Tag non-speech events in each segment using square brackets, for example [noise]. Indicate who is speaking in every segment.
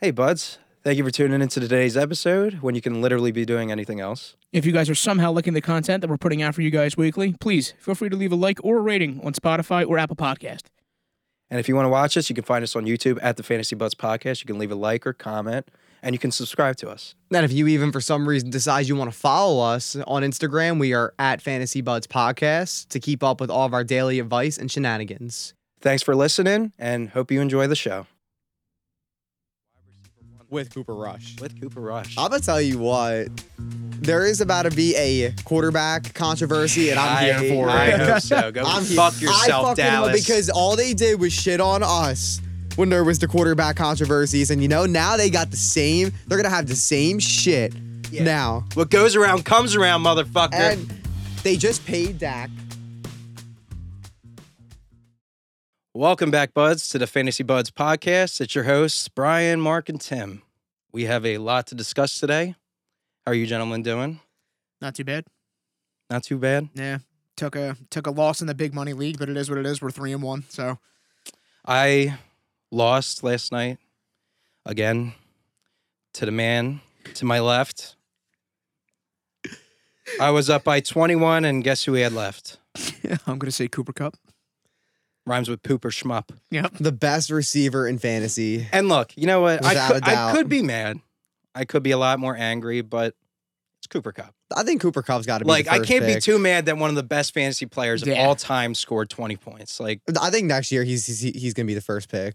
Speaker 1: Hey, buds. Thank you for tuning into today's episode when you can literally be doing anything else.
Speaker 2: If you guys are somehow liking the content that we're putting out for you guys weekly, please feel free to leave a like or a rating on Spotify or Apple Podcast.
Speaker 1: And if you want to watch us, you can find us on YouTube at the Fantasy Buds Podcast. You can leave a like or comment, and you can subscribe to us.
Speaker 3: Then, if you even for some reason decide you want to follow us on Instagram, we are at Fantasy Buds Podcast to keep up with all of our daily advice and shenanigans.
Speaker 1: Thanks for listening, and hope you enjoy the show.
Speaker 3: With Cooper Rush.
Speaker 1: With Cooper Rush.
Speaker 3: I'm going to tell you what, there is about to be a quarterback controversy, and I'm
Speaker 1: I-
Speaker 3: here for it.
Speaker 1: I hope
Speaker 3: [laughs]
Speaker 1: so. Go
Speaker 3: I'm
Speaker 1: [laughs]
Speaker 3: here.
Speaker 1: fuck
Speaker 3: I
Speaker 1: yourself,
Speaker 3: fucking love-
Speaker 1: Dallas.
Speaker 3: Because all they did was shit on us when there was the quarterback controversies, and you know now they got the same. They're gonna have the same shit
Speaker 1: Yeah.
Speaker 3: now,
Speaker 1: what goes around comes around, motherfucker.
Speaker 3: and they just paid Dak.
Speaker 1: Welcome back, buds, to the Fantasy Buds podcast. It's your hosts, Brian, Mark, and Tim. We have a lot to discuss today. How are you gentlemen doing?
Speaker 2: Not too bad.
Speaker 1: Not too bad.
Speaker 4: Yeah. Took a took a loss in the big money league, but it is what it is. We're three and one. So [laughs]
Speaker 1: I lost last night again to the man to my left. I was up by 21, and guess who we had left?
Speaker 4: I'm gonna say Cooper Cup.
Speaker 1: Rhymes with poop or schmup.
Speaker 3: The best receiver in fantasy.
Speaker 1: And look, you know what? I
Speaker 3: Without
Speaker 1: could,
Speaker 3: a
Speaker 1: I
Speaker 3: doubt.
Speaker 1: could be mad. I could be a lot more angry, but it's Cooper Cup.
Speaker 3: I think Cooper Cup's got to be.
Speaker 1: Like,
Speaker 3: the
Speaker 1: I
Speaker 3: first
Speaker 1: can't be
Speaker 3: pick.
Speaker 1: too mad that one of the best fantasy players of
Speaker 2: Yeah.
Speaker 1: all time scored 20 points. Like,
Speaker 3: I think next year he's he's, he's gonna be the first pick.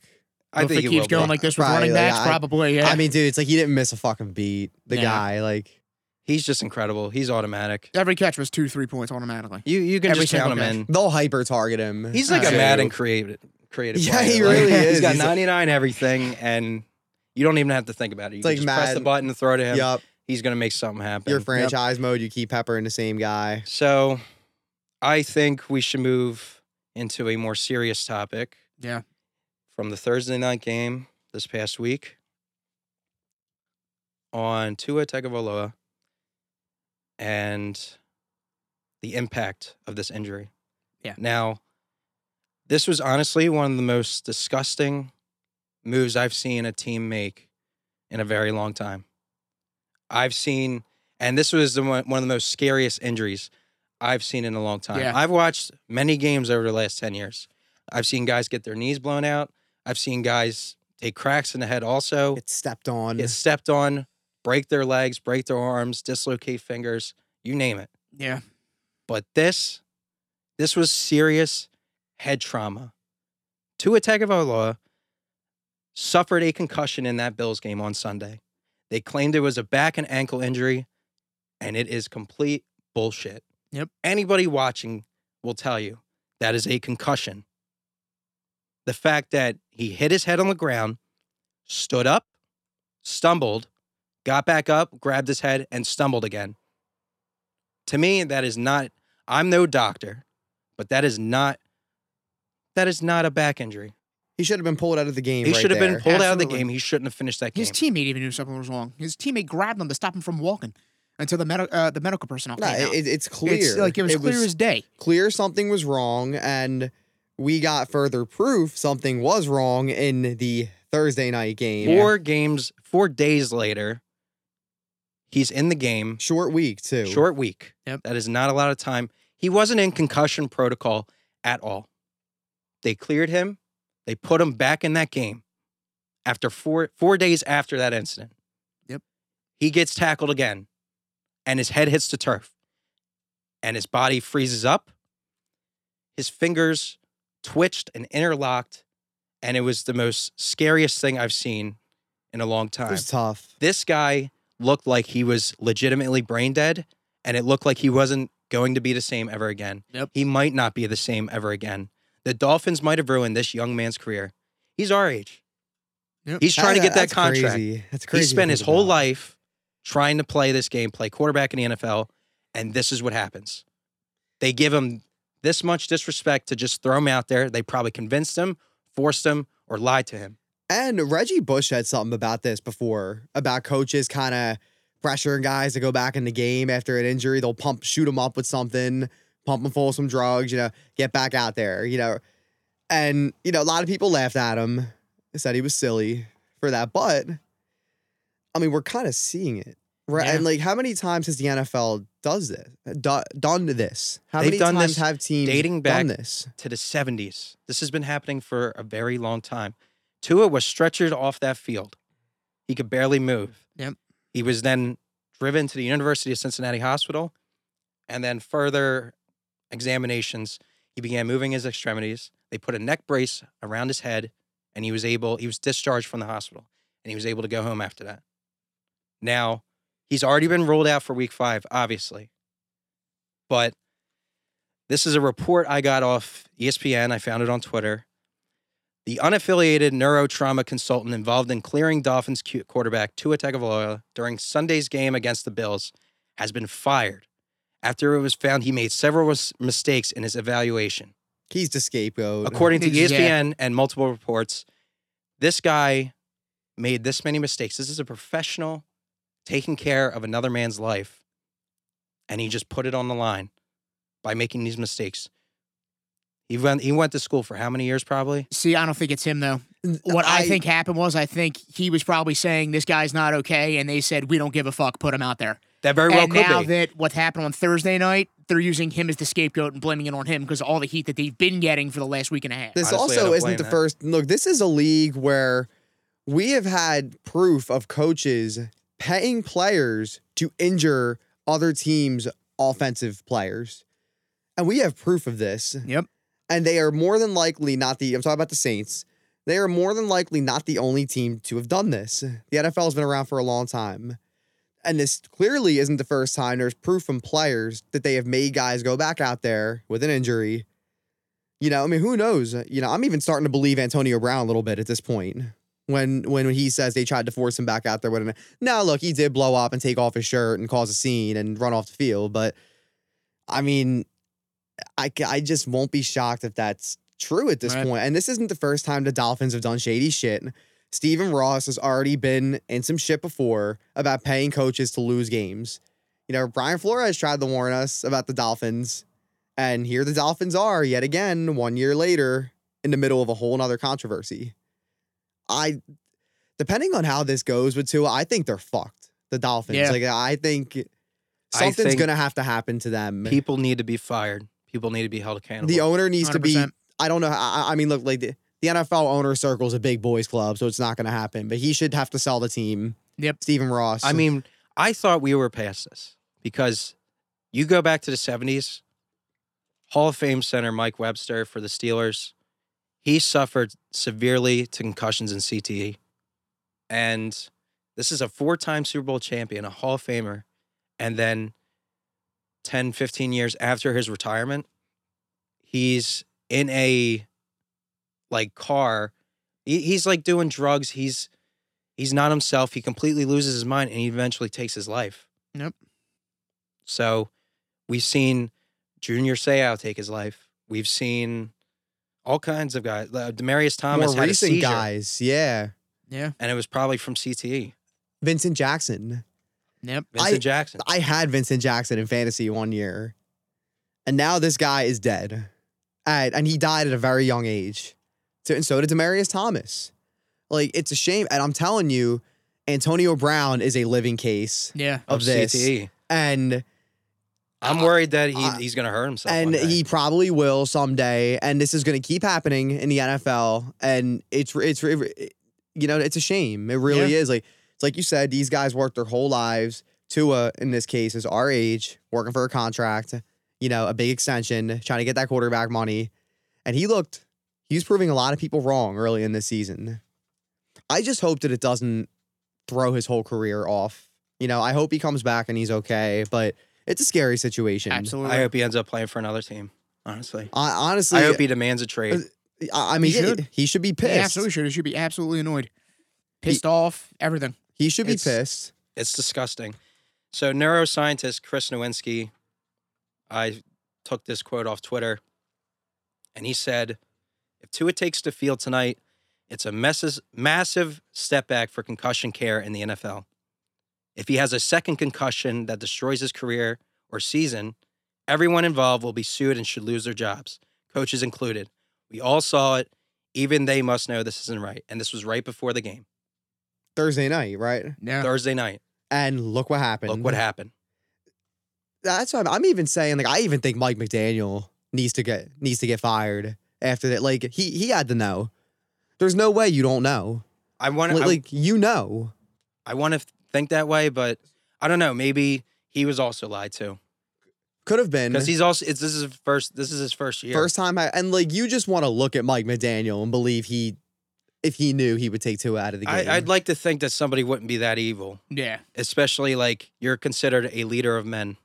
Speaker 1: I
Speaker 2: Well,
Speaker 1: think
Speaker 2: if
Speaker 1: he
Speaker 2: it keeps
Speaker 1: will be.
Speaker 2: going like this with
Speaker 3: Probably,
Speaker 2: running
Speaker 3: yeah,
Speaker 2: backs,
Speaker 3: I-
Speaker 2: probably. Yeah.
Speaker 3: I mean, dude, it's like he didn't miss a fucking beat. The
Speaker 2: Yeah.
Speaker 3: guy, like,
Speaker 1: He's just incredible. He's automatic.
Speaker 4: Every catch was two three points automatically.
Speaker 1: You you can
Speaker 4: Every
Speaker 1: just count him
Speaker 4: single guy.
Speaker 1: in.
Speaker 3: they'll hyper target him.
Speaker 1: He's like a
Speaker 3: too.
Speaker 1: mad and creative creative.
Speaker 3: Yeah, he
Speaker 1: player. Like,
Speaker 3: really
Speaker 1: [laughs] He's
Speaker 3: is.
Speaker 1: got
Speaker 3: He's a-
Speaker 1: 99 everything and you don't even have to think about it. You
Speaker 3: It's
Speaker 1: can
Speaker 3: like
Speaker 1: just press the
Speaker 3: Madden.
Speaker 1: button and throw it to him.
Speaker 3: Yup,
Speaker 1: He's going to make something happen.
Speaker 3: your franchise mode. You keep peppering the same guy.
Speaker 1: So I think we should move into a more serious topic.
Speaker 4: Yeah.
Speaker 1: From the Thursday night game this past week on Tua Tagovailoa and the impact of this injury.
Speaker 2: Yeah.
Speaker 1: Now, this was honestly one of the most disgusting moves I've seen a team make in a very long time. I've seen, and this was the one, one of the most scariest injuries I've seen in a long time.
Speaker 2: Yeah.
Speaker 1: I've watched many games over the last 10 years. I've seen guys get their knees blown out. I've seen guys take cracks in the head also,
Speaker 3: It's stepped on.
Speaker 1: get stepped on, break their legs, break their arms, dislocate fingers, you name it.
Speaker 2: yeah.
Speaker 1: But this, this was serious head trauma. Tua Tagovailoa suffered a concussion in that Bills game on Sunday. They claimed it was a back and ankle injury, and it is complete bullshit.
Speaker 2: Yep.
Speaker 1: Anybody watching will tell you that is a concussion. The fact that he hit his head on the ground, stood up, stumbled, got back up, grabbed his head, and stumbled again. To me, that is not I'm no doctor, but that is not that is not a back injury.
Speaker 3: He should have been pulled out of the game.
Speaker 1: He
Speaker 3: right
Speaker 1: should have been
Speaker 3: there.
Speaker 1: pulled out of the
Speaker 4: Absolutely.
Speaker 1: game. He shouldn't have finished that game.
Speaker 4: His teammate even knew something was wrong. His teammate grabbed him to stop him from walking until the medical uh, the medical personnel
Speaker 3: No,
Speaker 4: came out.
Speaker 3: it, it's clear.
Speaker 4: It's like it was clear as day.
Speaker 3: clear something was wrong, and we got further proof something was wrong in the Thursday night game.
Speaker 1: Four games, four days later, he's in the game.
Speaker 3: short week too.
Speaker 1: Short week.
Speaker 2: Yep.
Speaker 1: That is not a lot of time. He wasn't in concussion protocol at all. They cleared him. They put him back in that game after four four days after that incident.
Speaker 4: Yep.
Speaker 1: He gets tackled again, and his head hits the turf, and his body freezes up. His fingers twitched and interlocked, and it was the most scariest thing I've seen in a long
Speaker 3: It
Speaker 1: time
Speaker 3: was tough.
Speaker 1: this guy looked like he was legitimately brain dead and it looked like he wasn't going to be the same ever again.
Speaker 2: Yep.
Speaker 1: He might not be the same ever again. The Dolphins might have ruined this young man's career. He's our age.
Speaker 4: Yep.
Speaker 1: He's trying to get that
Speaker 3: That's
Speaker 1: contract.
Speaker 3: Crazy. That's
Speaker 1: He
Speaker 3: crazy. to
Speaker 1: spent his
Speaker 3: think
Speaker 1: whole
Speaker 3: about.
Speaker 1: life trying to play this game, play quarterback in the NFL, and this is what happens. They give him this much disrespect to just throw him out there. They probably convinced him, forced him, or lied to him.
Speaker 3: And Reggie Bush said something about this before about coaches kind of pressuring guys to go back in the game after an injury. They'll pump, shoot them up with something, pump them full of some drugs, you know, get back out there, you know. And, you know, a lot of people laughed at him, said he was silly for that. But I mean, we're kind of seeing it, right?
Speaker 2: Yeah.
Speaker 3: And like, how many times has the NFL does this? Do, done this? How
Speaker 1: They've
Speaker 3: many
Speaker 1: done
Speaker 3: times
Speaker 1: this
Speaker 3: have teams
Speaker 1: dating
Speaker 3: done
Speaker 1: back-
Speaker 3: this?
Speaker 1: to the 70s. This has been happening for a very long time. Tua was stretchered off that field. He could barely move.
Speaker 4: Yep.
Speaker 1: He was then driven to the University of Cincinnati Hospital and then further examinations. He began moving his extremities. They put a neck brace around his head and he was able, he was discharged from the hospital and he was able to go home after that. Now, he's already been ruled out for week five, obviously. But this is a report I got off E ESPN. I found it on Twitter. The unaffiliated neurotrauma consultant involved in clearing Dolphins cu- quarterback Tua Tagovailoa during Sunday's game against the Bills has been fired after it was found he made several mis- mistakes in his evaluation.
Speaker 3: He's the scapegoat.
Speaker 1: According to E
Speaker 4: Yeah.
Speaker 1: ESPN and multiple reports, this guy made this many mistakes. This is a professional taking care of another man's life, and he just put it on the line by making these mistakes. He went. He went to school for how many years? Probably.
Speaker 4: See, I don't think it's him though. What I, think happened was I think he was probably saying this guy's not okay, and they said we don't give a fuck, put him out there.
Speaker 1: That very well
Speaker 4: and
Speaker 1: could
Speaker 4: now
Speaker 1: be.
Speaker 4: that what happened on Thursday night, they're using him as the scapegoat and blaming it on him because all the heat that they've been getting for the last week and a half.
Speaker 3: This
Speaker 1: Honestly, I
Speaker 3: also
Speaker 1: don't
Speaker 3: isn't
Speaker 1: blame
Speaker 3: the
Speaker 1: that.
Speaker 3: first. Look, this is a league where we have had proof of coaches paying players to injure other teams' offensive players. And we have proof of this.
Speaker 4: Yep.
Speaker 3: And they are more than likely not the, I'm talking about the Saints. They are more than likely not the only team to have done this. The NFL has been around for a long time. And this clearly isn't the first time there's proof from players that they have made guys go back out there with an injury you know, I mean, who knows? You know, I'm even starting to believe Antonio Brown a little bit at this point. When when he says they tried to force him back out there with an now look, he did blow up and take off his shirt and cause a scene and run off the field, but I mean, I ca- I just won't be shocked if that's true at this
Speaker 4: Right.
Speaker 3: point. And this isn't the first time the Dolphins have done shady shit. Steven Ross has already been in some shit before about paying coaches to lose games. You know, Brian Flores tried to warn us about the Dolphins. And here the Dolphins are yet again, one year later, in the middle of a whole nother controversy. I, depending on how this goes with Tua, I think they're fucked. The Dolphins,
Speaker 4: Yeah.
Speaker 3: like I think
Speaker 1: I
Speaker 3: something's
Speaker 1: think
Speaker 3: gonna have to happen to them.
Speaker 1: People need to be fired. People need to be held accountable.
Speaker 3: the owner needs to be.
Speaker 4: 100%.
Speaker 3: I don't know. I, I- I mean, look, like the, the NFL owner circle is a big boys club, so it's not gonna happen. But he should have to sell the team.
Speaker 4: Yep.
Speaker 3: Stephen Ross.
Speaker 1: I mean, I thought we were past this because you go back to the 70s, Hall of Fame center Mike Webster for the Steelers, he suffered severely to concussions and CTE. And this is a four time Super Bowl champion, a Hall of Famer. And then 10, 15 years after his retirement, he's in a like car. He- He's like doing drugs. He's he's not himself. He completely loses his mind and he eventually takes his life.
Speaker 4: Yep.
Speaker 1: So we've seen Junior Seau take his life. We've seen all kinds of guys. Uh, Demarius Thomas
Speaker 3: more
Speaker 1: had a
Speaker 3: recent
Speaker 1: seizure,
Speaker 3: guys. Yeah,
Speaker 4: yeah.
Speaker 1: and it was probably from CTE.
Speaker 3: Vincent Jackson.
Speaker 4: Yep.
Speaker 1: Vincent Jackson.
Speaker 3: I had Vincent Jackson in fantasy one year, and now this guy is dead, and, and he died at a very young age. So, and so did Demarius Thomas. Like it's a shame, and I'm telling you, Antonio Brown is a living case
Speaker 4: Yeah.
Speaker 3: of, this,
Speaker 1: CTE.
Speaker 3: and
Speaker 1: E. I'm worried that he,
Speaker 3: I-
Speaker 1: he's going to hurt himself.
Speaker 3: uh, and
Speaker 1: one day.
Speaker 3: he probably will someday. And this is going to keep happening in the NFL, and it's it's you know it's a shame. It really is. Like it's like you said, these guys work their whole lives. Tua, in this case, is our age, working for a contract, you know, a big extension, trying to get that quarterback money, and he looked. He was proving a lot of people wrong early in this season. I just hope that it doesn't throw his whole career off. You know, I hope he comes back and he's okay, but it's a scary situation.
Speaker 4: Absolutely.
Speaker 1: I hope he ends up playing for another team, honestly.
Speaker 3: I honestly,
Speaker 1: I hope he demands a trade.
Speaker 3: I, I mean,
Speaker 4: He
Speaker 3: he
Speaker 4: should.
Speaker 3: should. he should be
Speaker 4: He
Speaker 3: pissed.
Speaker 4: absolutely should. He should be absolutely annoyed. Pissed off, everything.
Speaker 3: He should be
Speaker 1: It's-
Speaker 3: pissed.
Speaker 1: It's disgusting. So neuroscientist Chris Nowinski, I took this quote off Twitter, and he said, "If Tua takes the field tonight, it's a messes, massive step back for concussion care in the NFL. If he has a second concussion that destroys his career or season, everyone involved will be sued and should lose their jobs, coaches included. We all saw it. Even they must know this isn't right, and this was right before the game."
Speaker 3: Thursday night, right?
Speaker 4: Yeah.
Speaker 1: Thursday night.
Speaker 3: And look what happened.
Speaker 1: Look what happened.
Speaker 3: That's what I'm, I'm even saying. Like I even think Mike McDaniel needs to get needs to get fired after that. Like he he had to know. There's no way you don't know.
Speaker 1: I want
Speaker 3: Like,
Speaker 1: to.
Speaker 3: like, you know.
Speaker 1: I, want to think that way, but I don't know. Maybe he was also lied to
Speaker 3: Could have been
Speaker 1: because he's also. It's, this is his first. This is his first year.
Speaker 3: first time I, and like you just want to look at Mike McDaniel and believe he if he knew he would take two out of the game.
Speaker 1: I, I'd like to think that somebody wouldn't be that evil,
Speaker 4: Yeah.
Speaker 1: especially like you're considered a leader of men,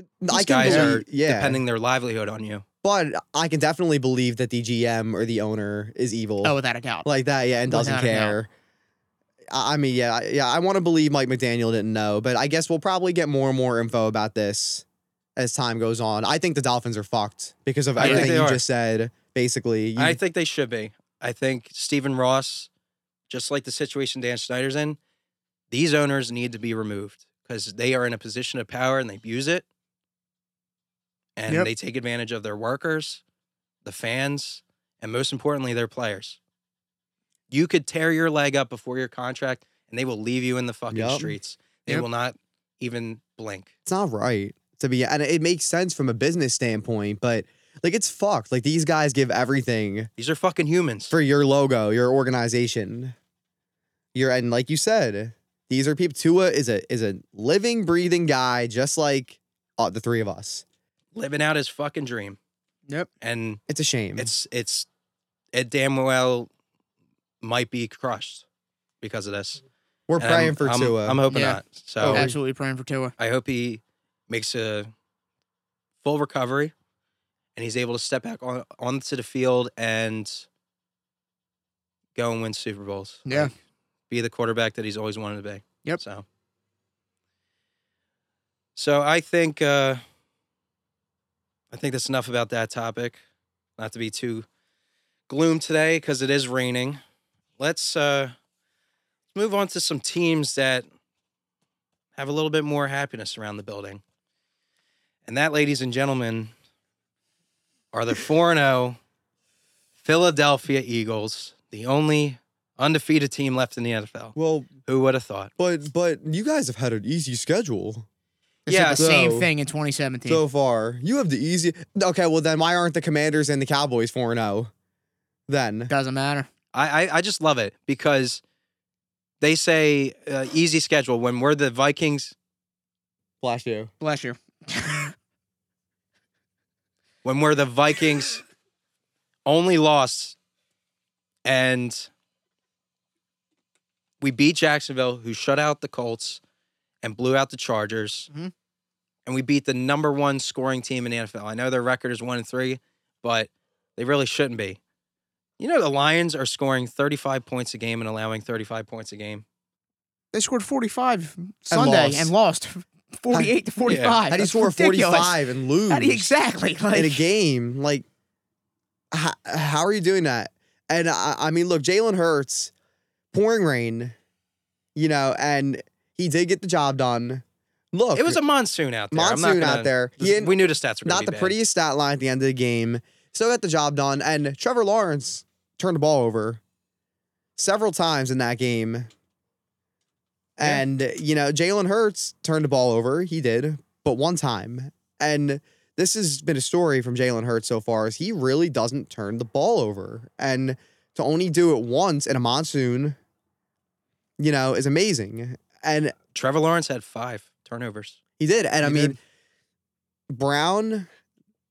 Speaker 3: I
Speaker 1: these
Speaker 3: can
Speaker 1: guys
Speaker 3: believe,
Speaker 1: are
Speaker 3: yeah,
Speaker 1: depending their livelihood on you.
Speaker 3: but I can definitely believe that the GM or the owner is evil.
Speaker 4: Oh, without a doubt.
Speaker 3: like that, yeah, and doesn't
Speaker 4: Without a doubt.
Speaker 3: care. I I mean, yeah, I- yeah. I want to believe Mike McDaniel didn't know, but I guess we'll probably get more and more info about this as time goes on. I think the Dolphins are fucked because of
Speaker 1: I think
Speaker 3: everything
Speaker 1: they
Speaker 3: you
Speaker 1: are.
Speaker 3: just said. Basically, you,
Speaker 1: I think they should be. I think Stephen Ross, just like the situation Dan Snyder's in, these owners need to be removed because they are in a position of power and they abuse it. And
Speaker 4: Yep.
Speaker 1: they take advantage of their workers, the fans, and most importantly, their players. You could tear your leg up before your contract and they will leave you in the fucking
Speaker 3: Yup.
Speaker 1: streets. They
Speaker 4: Yep.
Speaker 1: will not even blink.
Speaker 3: it's not right to be, and it makes sense from a business standpoint, but like it's fucked. Like these guys give everything
Speaker 1: These are fucking humans.
Speaker 3: for your logo, your organization. Your and like you said, these are people. Tua is a is a living, breathing guy, just like uh, the three of us.
Speaker 1: living out his fucking dream.
Speaker 4: Yep.
Speaker 1: And
Speaker 3: It's a shame.
Speaker 1: it's it's it damn well might be crushed because of this.
Speaker 3: We're
Speaker 1: And
Speaker 3: praying
Speaker 1: I'm,
Speaker 3: for
Speaker 1: I'm,
Speaker 3: Tua.
Speaker 1: I'm hoping
Speaker 4: Yeah.
Speaker 1: not. So
Speaker 3: Oh.
Speaker 4: Absolutely praying for Tua.
Speaker 1: I hope he makes a full recovery and he's able to step back on onto the field and go and win Super Bowls.
Speaker 4: Yeah.
Speaker 1: Like, be the quarterback that he's always wanted to be.
Speaker 4: Yep.
Speaker 1: So So I think uh I think that's enough about that topic. Not to be too gloom today because it is raining. Let's uh move on to some teams that have a little bit more happiness around the building. And that, ladies and gentlemen, are the 4 0 Philadelphia Eagles, the only undefeated team left in the NFL.
Speaker 3: well,
Speaker 1: Who would have thought?
Speaker 3: but but you guys have had an easy schedule
Speaker 4: They said
Speaker 1: Yeah,
Speaker 4: the same
Speaker 3: so-
Speaker 4: thing in 2017.
Speaker 3: so far. You have the easy. Okay, well then why aren't the Commanders and the Cowboys four zero? Then
Speaker 4: Doesn't matter.
Speaker 1: I, I, I just love it because they say uh, easy schedule when we're the Vikings,
Speaker 3: blast you.
Speaker 4: Bless you. [laughs]
Speaker 1: when we're the Vikings only loss and we beat Jacksonville, who shut out the Colts and blew out the Chargers.
Speaker 3: Mm-hmm.
Speaker 4: Mhm.
Speaker 1: And we beat the number one scoring team in the NFL. I know their record is one and three, but they really shouldn't be. You know, the Lions are scoring 35 points a game and allowing 35 points a game.
Speaker 4: They scored 45 Sunday
Speaker 3: lost.
Speaker 4: and lost [laughs] 48 to 45.
Speaker 3: How do you
Speaker 4: That's
Speaker 3: score forty
Speaker 4: ridiculous.
Speaker 3: five and lose?
Speaker 4: How do you, exactly. Like,
Speaker 3: in a game. Like, how, how are you doing that? And I, I mean, look, Jalen Hurts, pouring rain, you know, and he did get the job done. Look,
Speaker 1: It was a monsoon out there. I'm not
Speaker 3: Oh, monsoon
Speaker 1: gonna-
Speaker 3: out there.
Speaker 1: this-
Speaker 3: He didn't-
Speaker 1: we knew the stats were gonna
Speaker 3: not
Speaker 1: be
Speaker 3: the
Speaker 1: bad.
Speaker 3: prettiest stat line at the end of the game. Still got the job done. And Trevor Lawrence turned the ball over several times in that game.
Speaker 4: Yeah.
Speaker 3: And, you know, Jalen Hurts turned the ball over. He did, but one time. And this has been a story from Jalen Hurts so far is he really doesn't turn the ball over. And to only do it once in a monsoon, you know, is amazing. And
Speaker 1: Trevor Lawrence had five turnovers.
Speaker 3: he did. And I
Speaker 4: He
Speaker 3: mean,
Speaker 4: did.
Speaker 3: Brown,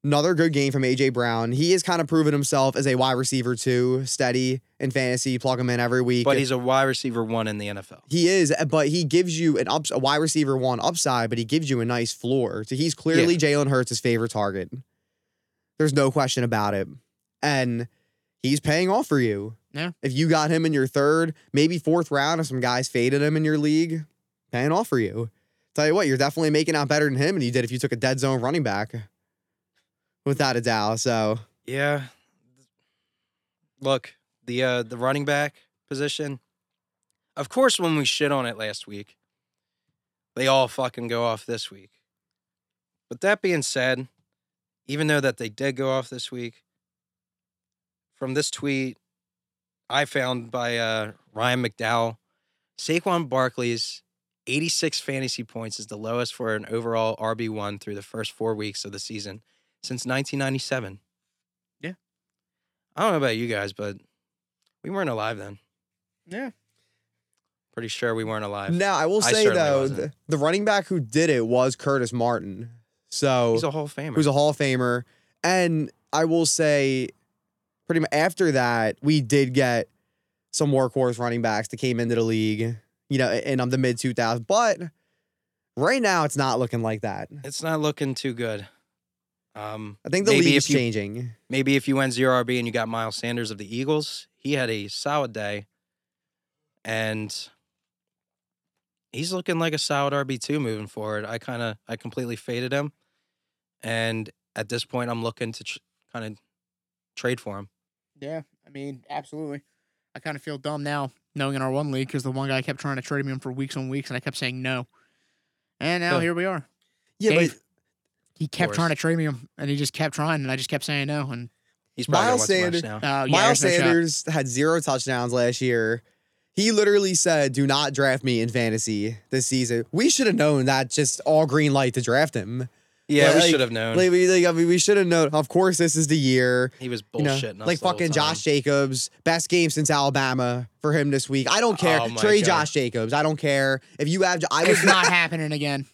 Speaker 3: another good game from AJ Brown. He has kind of proven himself as a wide receiver too, steady in fantasy. Plug him in every week.
Speaker 1: But he's a wide receiver one in the NFL.
Speaker 3: he is, eh, but he gives you an ups, a wide receiver one upside, but he gives you a nice floor. So he's clearly Jalen Hurts' favorite target. There's no question about it, and he's paying off for you.
Speaker 4: Yeah.
Speaker 3: If you got him in your third, maybe fourth round, if some guys faded him in your league, paying off for you. Tell you what, you're definitely making out better than him than you did if you took a dead zone running back, without a doubt. So
Speaker 1: Yeah. Look, the uh the running back position. Of course when we shit on it last week, they all fucking go off this week. But that being said, even though that they did go off this week, from this tweet I found by uh Ryan McDowell Saquon Barkley's 86 fantasy points is the lowest for an overall RB1 through the first four weeks of the season since 1997.
Speaker 2: Yeah.
Speaker 1: I don't know about you guys, but we weren't alive then.
Speaker 2: Yeah.
Speaker 1: Pretty sure we weren't alive.
Speaker 3: Now I will
Speaker 1: I
Speaker 3: say
Speaker 1: certainly
Speaker 3: though,
Speaker 1: wasn't.
Speaker 3: the, the running back who did it was Curtis Martin. So
Speaker 1: He's a Hall of Famer.
Speaker 3: who's a Hall of Famer, and I will say, pretty much after that, we did get some workhorse running backs that came into the league. You know, and I'm the mid 2000s, but right now it's not looking like that.
Speaker 1: it's not looking too good. Um,
Speaker 3: I think the
Speaker 1: Maybe
Speaker 3: league is
Speaker 1: if you-
Speaker 3: changing.
Speaker 1: Maybe if you went zero RB and you got Miles Sanders of the Eagles, he had a solid day, and he's looking like a solid RB two moving forward. I kind of I completely faded him, and at this point, I'm looking to tr- kind of trade for him.
Speaker 4: Yeah, I mean, absolutely. I kind of feel dumb now knowing in our one league because the one guy kept trying to trade me in for weeks on weeks, and I kept saying no. And now
Speaker 1: Huh.
Speaker 4: here we are.
Speaker 3: Yeah,
Speaker 4: Dave,
Speaker 3: but
Speaker 4: He kept
Speaker 1: course.
Speaker 4: trying to trade me, him, and he just kept trying, and I just kept saying no. And
Speaker 1: He's probably
Speaker 3: Miles
Speaker 1: Miles Sanders
Speaker 3: Sanders-
Speaker 1: now.
Speaker 4: uh, yeah,
Speaker 3: Miles
Speaker 4: there's no shot.
Speaker 3: Sanders had zero touchdowns last year. He literally said, "Do not draft me in fantasy this season." We should have known that. Just all green light to draft him.
Speaker 1: Yeah,
Speaker 3: Like-
Speaker 1: we should have known.
Speaker 3: Like, we, like, I mean, we should have known. Of course, this is the year.
Speaker 1: he was
Speaker 3: You know,
Speaker 1: bullshitting us.
Speaker 3: like
Speaker 1: the whole
Speaker 3: fucking
Speaker 1: time.
Speaker 3: Josh Jacobs, best game since Alabama for him this week. I don't care.
Speaker 1: Oh my God.
Speaker 3: Trade Josh Jacobs. I don't care if you have.
Speaker 1: [laughs]
Speaker 3: I
Speaker 4: It's
Speaker 3: would
Speaker 4: not happening
Speaker 3: [laughs]
Speaker 4: again.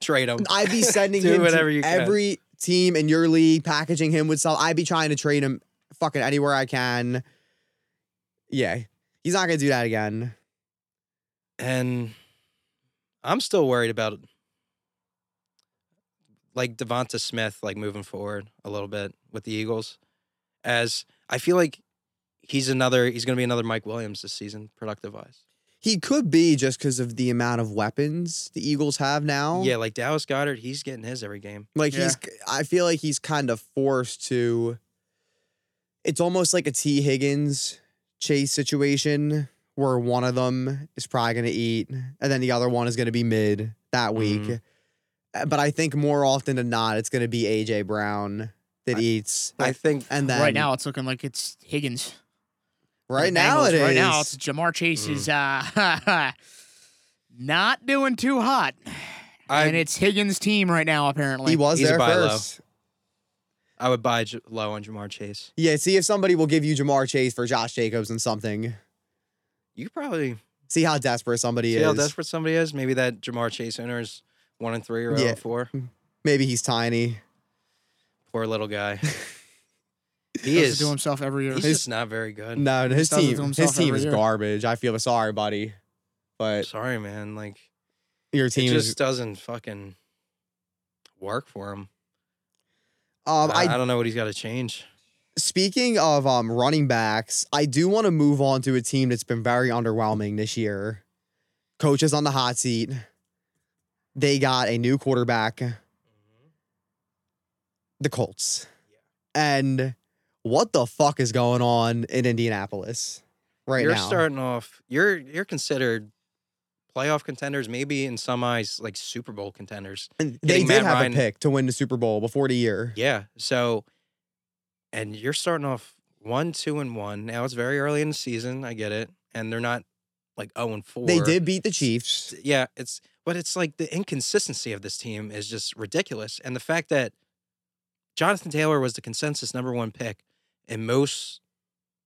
Speaker 1: Trade him.
Speaker 3: I'd be sending
Speaker 1: Do
Speaker 3: him
Speaker 1: whatever
Speaker 3: to
Speaker 1: you can.
Speaker 3: every team in your league, packaging him with some. I'd be trying to trade him fucking anywhere I can. Yeah, he's not gonna do that again.
Speaker 1: And I'm still worried about like Devonta Smith like moving forward a little bit with the Eagles. As I feel like he's another he's gonna be another Mike Williams this season, productive wise.
Speaker 3: He could be just because of the amount of weapons the Eagles have now.
Speaker 1: Yeah, like Dallas Goddard, he's getting his every game.
Speaker 3: Like
Speaker 4: Yeah.
Speaker 3: he's I feel like he's kind of forced to it's almost like a T Higgins chase situation where one of them is probably going to eat and then the other one is going to be mid that week.
Speaker 1: Mhm.
Speaker 3: Uh, But I think more often than not it's going to be AJ Brown that
Speaker 1: I-
Speaker 3: eats.
Speaker 1: I think
Speaker 3: and then
Speaker 4: right now, it's looking like it's Higgins.
Speaker 3: right
Speaker 4: The
Speaker 3: now
Speaker 4: Bengals.
Speaker 3: it is.
Speaker 4: Right now, it's Jamar Chase is uh, [laughs] not doing too hot,
Speaker 1: I
Speaker 4: and it's Higgins' team right now. Apparently,
Speaker 3: he was
Speaker 1: He's a
Speaker 3: there
Speaker 1: buy low.
Speaker 3: first.
Speaker 1: I would buy J- low on Jamar Chase.
Speaker 3: Yeah, see if somebody will give you Jamar Chase for Josh Jacobs and something.
Speaker 1: You could probably
Speaker 3: See how desperate somebody
Speaker 1: see
Speaker 3: is.
Speaker 1: how desperate somebody is. Maybe that Jamar Chase owner is one and three or oh
Speaker 3: Yeah.
Speaker 1: and
Speaker 3: [laughs]
Speaker 1: four.
Speaker 3: Maybe he's tiny.
Speaker 1: Poor little
Speaker 3: [laughs]
Speaker 1: guy.
Speaker 4: He
Speaker 1: he
Speaker 4: does it
Speaker 1: is
Speaker 4: to himself every year.
Speaker 1: he's just not very good.
Speaker 3: No, his
Speaker 4: does it to
Speaker 3: team, his
Speaker 4: himself
Speaker 3: team
Speaker 4: every
Speaker 3: is
Speaker 4: year.
Speaker 3: garbage. I feel sorry, buddy, but
Speaker 1: Sorry, man. Like
Speaker 3: your
Speaker 1: it
Speaker 3: team
Speaker 1: just
Speaker 3: is.
Speaker 1: doesn't fucking work for him.
Speaker 3: Um,
Speaker 1: I, I
Speaker 3: I
Speaker 1: don't know what he's got to change.
Speaker 3: speaking of um running backs, I do want to move on to a team that's been very underwhelming this year. Coach is on the hot seat. They got a new quarterback, the Colts, and what the fuck is going on in Indianapolis right
Speaker 1: you're
Speaker 3: now?
Speaker 1: starting off. You're you're considered playoff contenders, maybe in some eyes like Super Bowl contenders.
Speaker 3: And they
Speaker 1: getting
Speaker 3: did
Speaker 1: Matt
Speaker 3: have
Speaker 1: Ryan-
Speaker 3: a pick to win the Super Bowl before the year.
Speaker 1: Yeah. So, and you're starting off one, two, and one. Now it's very early in the season. I get it, and they're not like zero and four.
Speaker 3: They did beat the Chiefs.
Speaker 1: yeah, it's but it's like the inconsistency of this team is just ridiculous, and the fact that Jonathan Taylor was the consensus number one pick in most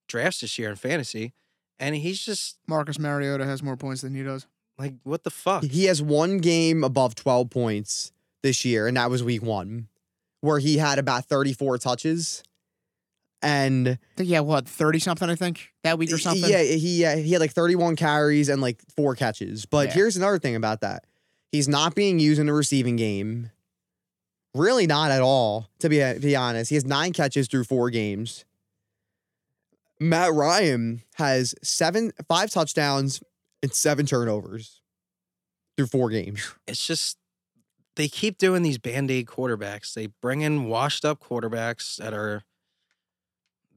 Speaker 1: drafts this year in fantasy, and he's just
Speaker 4: Marcus Mariota has more points than he does.
Speaker 1: like, what the fuck?
Speaker 3: [laughs] He has one game above 12 points this year, and that was week one, where he had about 34 touches. And
Speaker 4: I think he had what thirty something. I think that week or something.
Speaker 3: yeah, he uh, he had like 31 carries and like four catches. But
Speaker 4: Yeah.
Speaker 3: here's another thing about that: he's not being used in the receiving game, really not at all. To be be honest, he has nine catches through four games. Matt Ryan has seven five touchdowns and seven turnovers through four games.
Speaker 1: It's just they keep doing these band aid quarterbacks. They bring in washed up quarterbacks that are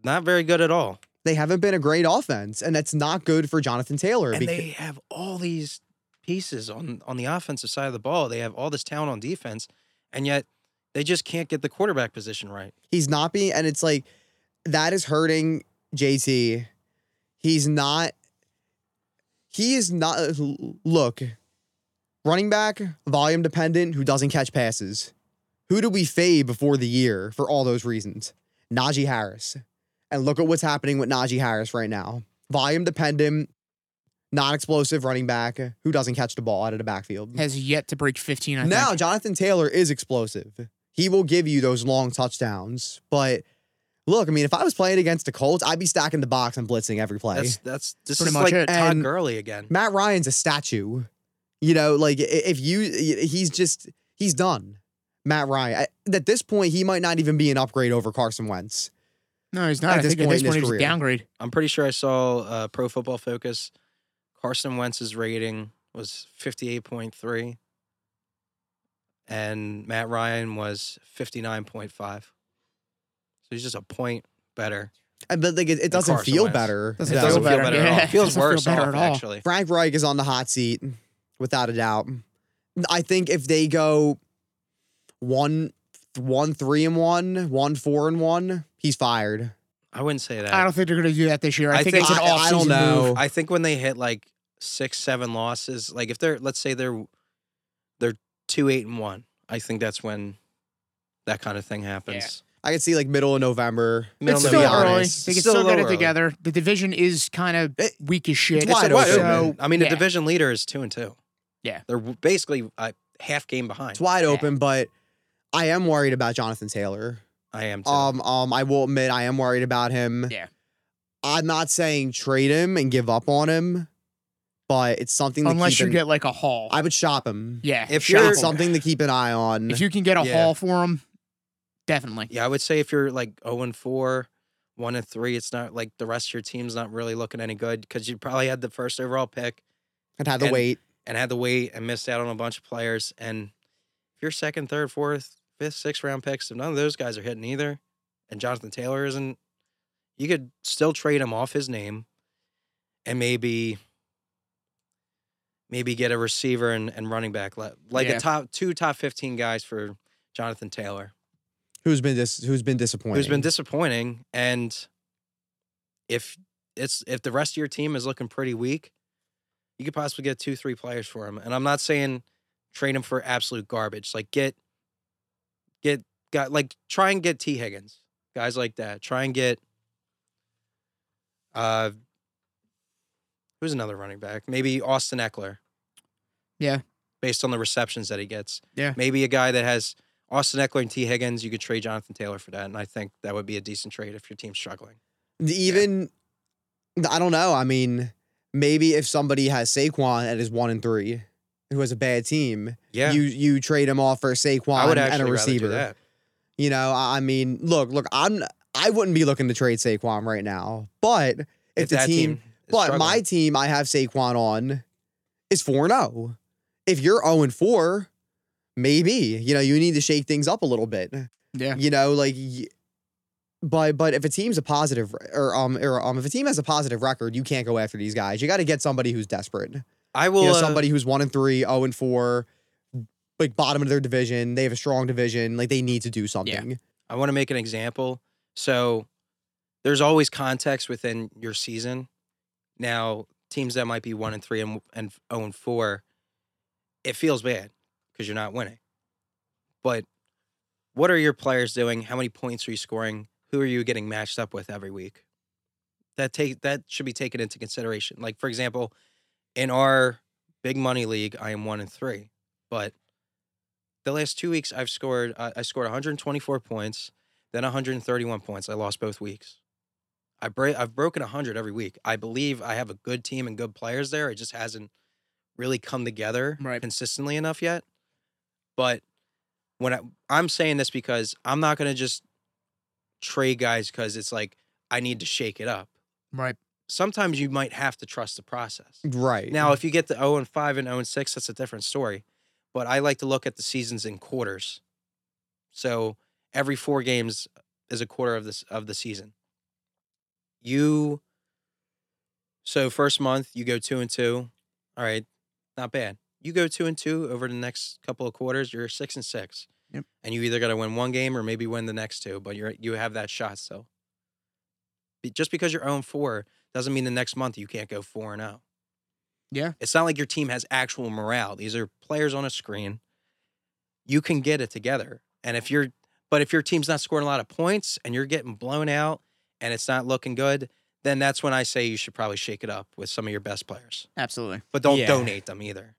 Speaker 1: not very good at all,
Speaker 3: they haven't been a great offense, and that's not good for Jonathan Taylor.
Speaker 1: and
Speaker 3: beca-
Speaker 1: they have all these pieces on on the offensive side of the ball. They have all this talent on defense, and yet they just can't get the quarterback position right.
Speaker 3: he's not being, and it's like that is hurting JT. He's not. He is not. uh, Look, running back, volume dependent, who doesn't catch passes. Who do we fade before the year for all those reasons? Najee Harris. And look at what's happening with Najee Harris right now. Volume dependent, non explosive running back who doesn't catch the ball out of the backfield.
Speaker 4: Has yet to break
Speaker 1: [laughs]
Speaker 4: 15. I
Speaker 3: Now,
Speaker 4: think.
Speaker 3: Jonathan Taylor is explosive. He will give you those long touchdowns. But look, I mean, if I was playing against the Colts, I'd be stacking the box and blitzing every play.
Speaker 1: That's that's this
Speaker 4: Pretty
Speaker 1: is
Speaker 4: much
Speaker 1: like
Speaker 4: it.
Speaker 1: Todd
Speaker 3: And-
Speaker 1: Gurley again.
Speaker 3: Matt Ryan's a statue. You know, like i- if you, he's just, he's done. Matt Ryan. At- At this point, he might not even be an upgrade over Carson Wentz.
Speaker 4: no, he's not.
Speaker 3: at
Speaker 4: I
Speaker 3: this
Speaker 4: think at
Speaker 3: point
Speaker 4: this
Speaker 3: in
Speaker 4: point
Speaker 3: his
Speaker 4: he was a
Speaker 3: career.
Speaker 4: downgrade.
Speaker 1: I'm pretty sure I saw uh, Pro Football Focus. Carson Wentz's rating was 58.3, and Matt Ryan was 59.5. So he's just a point better.
Speaker 3: And but like it, it
Speaker 1: And
Speaker 3: doesn't
Speaker 1: Carson
Speaker 3: feel
Speaker 1: Wentz.
Speaker 3: better.
Speaker 4: Doesn't
Speaker 3: though.
Speaker 1: it doesn't feel better at all.
Speaker 4: Yeah.
Speaker 1: It feels
Speaker 4: Doesn't feel
Speaker 1: worse
Speaker 4: better
Speaker 1: off,
Speaker 4: at all.
Speaker 1: actually.
Speaker 3: Frank Reich is on the hot seat, without a doubt. I think if they go one, one three and one, one four and one, he's fired.
Speaker 1: I wouldn't say that.
Speaker 4: I don't think they're going to do that this year. I,
Speaker 1: I
Speaker 4: think,
Speaker 1: think-
Speaker 4: it's an
Speaker 3: I- I
Speaker 4: off
Speaker 3: don't know.
Speaker 1: I think when they hit like six, seven losses, like if they're let's say they're they're two, eight, and one, I think that's when that kind of thing happens.
Speaker 3: I could see like middle of November.
Speaker 1: Middle
Speaker 4: It's
Speaker 1: of
Speaker 3: to
Speaker 4: still
Speaker 3: be
Speaker 1: November.
Speaker 4: early. They can
Speaker 3: honest.
Speaker 1: It's
Speaker 4: still,
Speaker 1: still a
Speaker 4: get it
Speaker 1: little early.
Speaker 4: together. The division is kind of
Speaker 3: It-
Speaker 4: weak as shit.
Speaker 3: It's wide
Speaker 1: Wide
Speaker 3: open.
Speaker 1: open. I mean,
Speaker 4: yeah.
Speaker 1: the division leader is two and two.
Speaker 4: Yeah.
Speaker 1: they're w- basically a half game behind.
Speaker 3: It's wide open, but I am worried about Jonathan Taylor.
Speaker 1: I am too.
Speaker 3: Um, um, I will admit I am worried about him.
Speaker 4: Yeah.
Speaker 3: I'm not saying trade him and give up on him, but it's something to
Speaker 4: unless
Speaker 3: keep
Speaker 4: you
Speaker 3: an-
Speaker 4: get like a haul.
Speaker 3: I would shop him.
Speaker 4: yeah,
Speaker 1: If
Speaker 4: shop
Speaker 1: you're-
Speaker 3: It's
Speaker 4: him.
Speaker 3: something to keep an eye on.
Speaker 4: if you can get a
Speaker 1: Yeah.
Speaker 4: haul for him, definitely.
Speaker 1: yeah, I would say if you're like zero and four, one and three, it's not like the rest of your team's not really looking any good because you probably had the first overall pick
Speaker 3: and had to
Speaker 1: and-
Speaker 3: wait.
Speaker 1: and had to wait and missed out on a bunch of players. And if your second, third, fourth, fifth, sixth round picks, if none of those guys are hitting either, and Jonathan Taylor isn't, you could still trade him off his name and maybe maybe get a receiver and, and running back le- like
Speaker 4: Yeah.
Speaker 1: a top two top 15 guys for Jonathan Taylor
Speaker 3: Who's been dis- who's been disappointed?
Speaker 1: who's been disappointing and if it's if the rest of your team is looking pretty weak you could possibly get two three players for him and i'm not saying trade him for absolute garbage like get get got like try and get t higgins guys like that try and get uh who's another running back maybe austin eckler
Speaker 4: Yeah.
Speaker 1: based on the receptions that he gets
Speaker 4: Yeah.
Speaker 1: maybe a guy that has Austin Eckler and T. Higgins, you could trade Jonathan Taylor for that. And I think that would be a decent trade if your team's struggling.
Speaker 3: even. I don't know. I mean, maybe if somebody has Saquon at his one and three, who has a bad team,
Speaker 1: Yeah.
Speaker 3: you you trade him off for Saquon
Speaker 1: I would
Speaker 3: and
Speaker 1: actually
Speaker 3: a
Speaker 1: rather do
Speaker 3: receiver.
Speaker 1: that.
Speaker 3: You know, I I mean, look, look, I'm I wouldn't be looking to trade Saquon right now, but if, the
Speaker 1: that
Speaker 3: team,
Speaker 1: is
Speaker 3: but
Speaker 1: struggling.
Speaker 3: my team I have Saquon on is 4 0. If you're 0 4, maybe, you know, you need to shake things up a little bit.
Speaker 4: Yeah.
Speaker 3: You know, like y- but but if a team's a positive or um or um if a team has a positive record, you can't go after these guys. You got to get somebody who's desperate.
Speaker 1: I will
Speaker 3: you know,
Speaker 1: uh,
Speaker 3: somebody who's 1 and 3, 0 and 4, like bottom of their division, they have a strong division, like they need to do something.
Speaker 1: I want to make an example. So there's always context within your season. Now, teams that might be one and three and and zero and four, it feels bad because you're not winning. But what are your players doing? How many points are you scoring? Who are you getting matched up with every week? That take that should be taken into consideration. Like for example, in our big money league, I am one and three, but the last two weeks I've scored I I scored 124 points, then 131 points. I lost both weeks. I break I've broken 100 every week. I believe I have a good team and good players there. It just hasn't really come together
Speaker 4: Right.
Speaker 1: consistently enough yet. But when I, I'm saying this because I'm not going to just trade guys because it's like I need to shake it up.
Speaker 4: Right.
Speaker 1: Sometimes you might have to trust the process.
Speaker 3: Right.
Speaker 1: Now, if you get to 0 and 5 and 0 and 6, that's a different story. But I like to look at the seasons in quarters. So every four games is a quarter of this of the season. You so first month you go two and two. All right, not bad. You go two and two over the next couple of quarters, you're six and six.
Speaker 4: Yep.
Speaker 1: And you either gotta win one game or maybe win the next two, but you're you have that shot still. oh Be- Just because you're 0 and 4 doesn't mean the next month you can't go 4 and 0
Speaker 4: Yeah.
Speaker 1: It's not like your team has actual morale. These are players on a screen. You can get it together. And if you're but if your team's not scoring a lot of points and you're getting blown out and it's not looking good, then that's when I say you should probably shake it up with some of your best players.
Speaker 4: Absolutely.
Speaker 1: But don't
Speaker 3: Yeah.
Speaker 1: donate them either.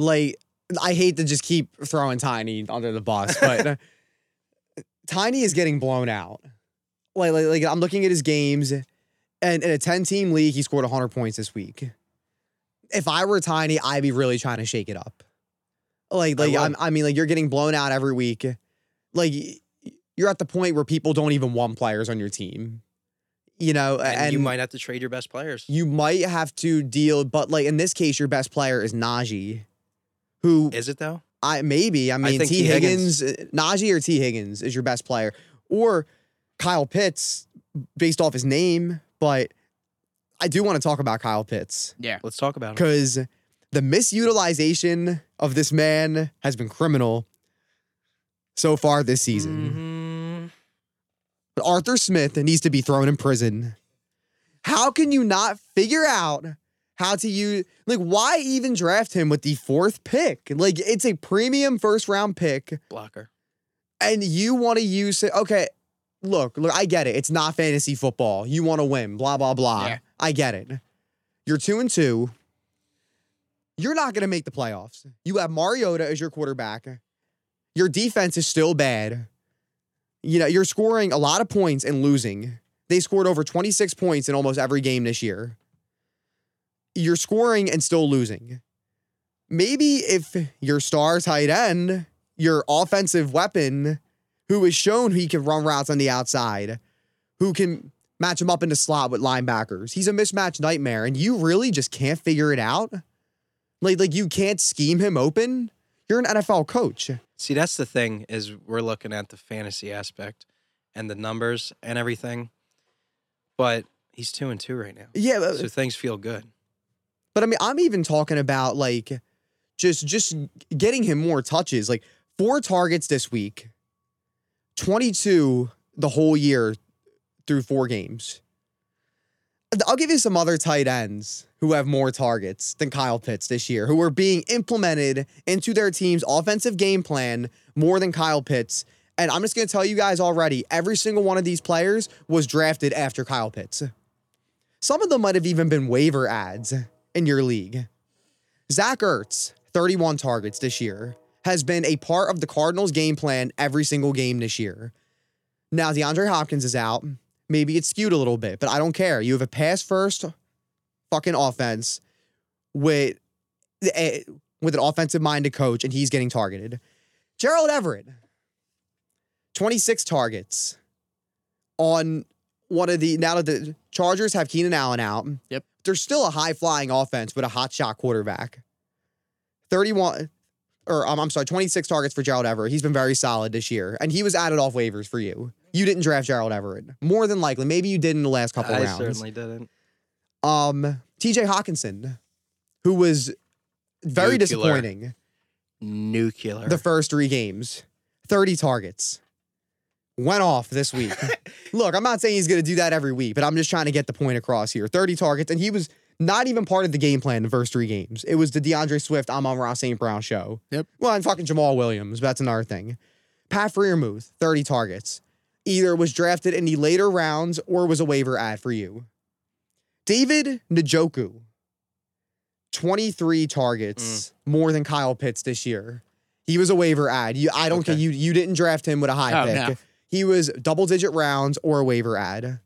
Speaker 3: like I hate to just keep throwing Tiny under the bus,
Speaker 1: [laughs]
Speaker 3: but Tiny is getting blown out. Like, like, like, I'm looking at his games, and in a 10 team league, he scored 100 points this week. If I were Tiny, I'd be really trying to shake it up. Like,
Speaker 1: I
Speaker 3: like
Speaker 1: would.
Speaker 3: I'm, I mean, like you're getting blown out every week. Like y- you're at the point where people don't even want players on your team. You know,
Speaker 1: And,
Speaker 3: and,
Speaker 1: you might have to trade your best players.
Speaker 3: you might have to deal, but like in this case, your best player is Najee, who
Speaker 1: Is it though?
Speaker 3: I maybe. I mean,
Speaker 1: think
Speaker 3: T.
Speaker 1: T.
Speaker 3: Higgins, uh,
Speaker 1: Higgins-
Speaker 3: Najee or T. Higgins is your best player, or Kyle Pitts, based off his name. But I do want to talk about Kyle Pitts
Speaker 4: Yeah.
Speaker 1: Let's talk about it.
Speaker 3: because the misutilization of this man has been criminal so far this
Speaker 1: Mhm.
Speaker 3: season. But Arthur Smith needs to be thrown in prison. How can you not figure out how to use like why even draft him with the fourth pick? Like it's a premium first round pick.
Speaker 1: Blocker.
Speaker 3: and you want to use it. Okay, look, look, I get it. It's not fantasy football. You want to win, blah, blah, blah.
Speaker 4: Yeah.
Speaker 3: I get it. You're two and two. You're not going to make the playoffs. You have Mariota as your quarterback. Your defense is still bad. You know, you're scoring a lot of points and losing. They scored over 26 points in almost every game this year. You're scoring and still losing. Maybe if your star tight end your offensive weapon who has shown he can run routes on the outside, who can match him up in the slot with linebackers. He's a mismatch nightmare, and you really just can't figure it out. Like, like you can't scheme him open. You're an NFL coach.
Speaker 1: See, that's the thing is we're looking at the fantasy aspect and the numbers and everything. But he's two and two right now.
Speaker 3: Yeah, but-
Speaker 1: So things feel good.
Speaker 3: But I mean, I'm even talking about like just just getting him more touches. Like four targets this week, 22 the whole year through four games. I'll give you some other tight ends who have more targets than Kyle Pitts this year, who are being implemented into their team's offensive game plan more than Kyle Pitts. And I'm just going to tell you guys already every single one of these players was drafted after Kyle Pitts. Some of them might have even been waiver ads in your league. Zach Ertz, 31 targets this year, has been a part of the Cardinals' game plan every single game this year. Now, DeAndre Hopkins is out. Maybe it's skewed a little bit, but I don't care. You have a pass first fucking offense with, eh, with an offensive minded coach, and he's getting targeted. Gerald Everett, 26 targets on one of the now that the Chargers have Keenan Allen out.
Speaker 4: Yep.
Speaker 3: They're still a high flying offense with a hot shot quarterback. 31 or um, I'm sorry, 26 targets for Gerald Everett. He's been very solid this year and he was added off waivers for you. You didn't draft Gerald Everett. More than likely, maybe you did in the last couple
Speaker 1: I
Speaker 3: rounds
Speaker 1: certainly didn't.
Speaker 3: um TJ Hawkinson, who was very
Speaker 1: Nuclear.
Speaker 3: disappointing
Speaker 1: Nuclear.
Speaker 3: the first three games. 30 targets. Went off this week. Look, I'm not saying he's gonna do that every week, but I'm just trying to get the point across here. 30 targets, and he was not even part of the game plan the first three games. It was the DeAndre Swift, I'm on Ross St. Brown show.
Speaker 4: Yep.
Speaker 3: Well, and fucking Jamal Williams, but that's another thing. Pat Freermuth, 30 targets. Either was drafted in the later rounds or was a waiver ad for you. David Njoku, 23 targets,
Speaker 4: Mm.
Speaker 3: more than Kyle Pitts this year. He was a waiver ad. You, I don't
Speaker 1: Okay.
Speaker 3: care. You, you didn't draft him with a high
Speaker 4: Oh,
Speaker 3: pick.
Speaker 4: no.
Speaker 3: He was double digit rounds or a waiver ad.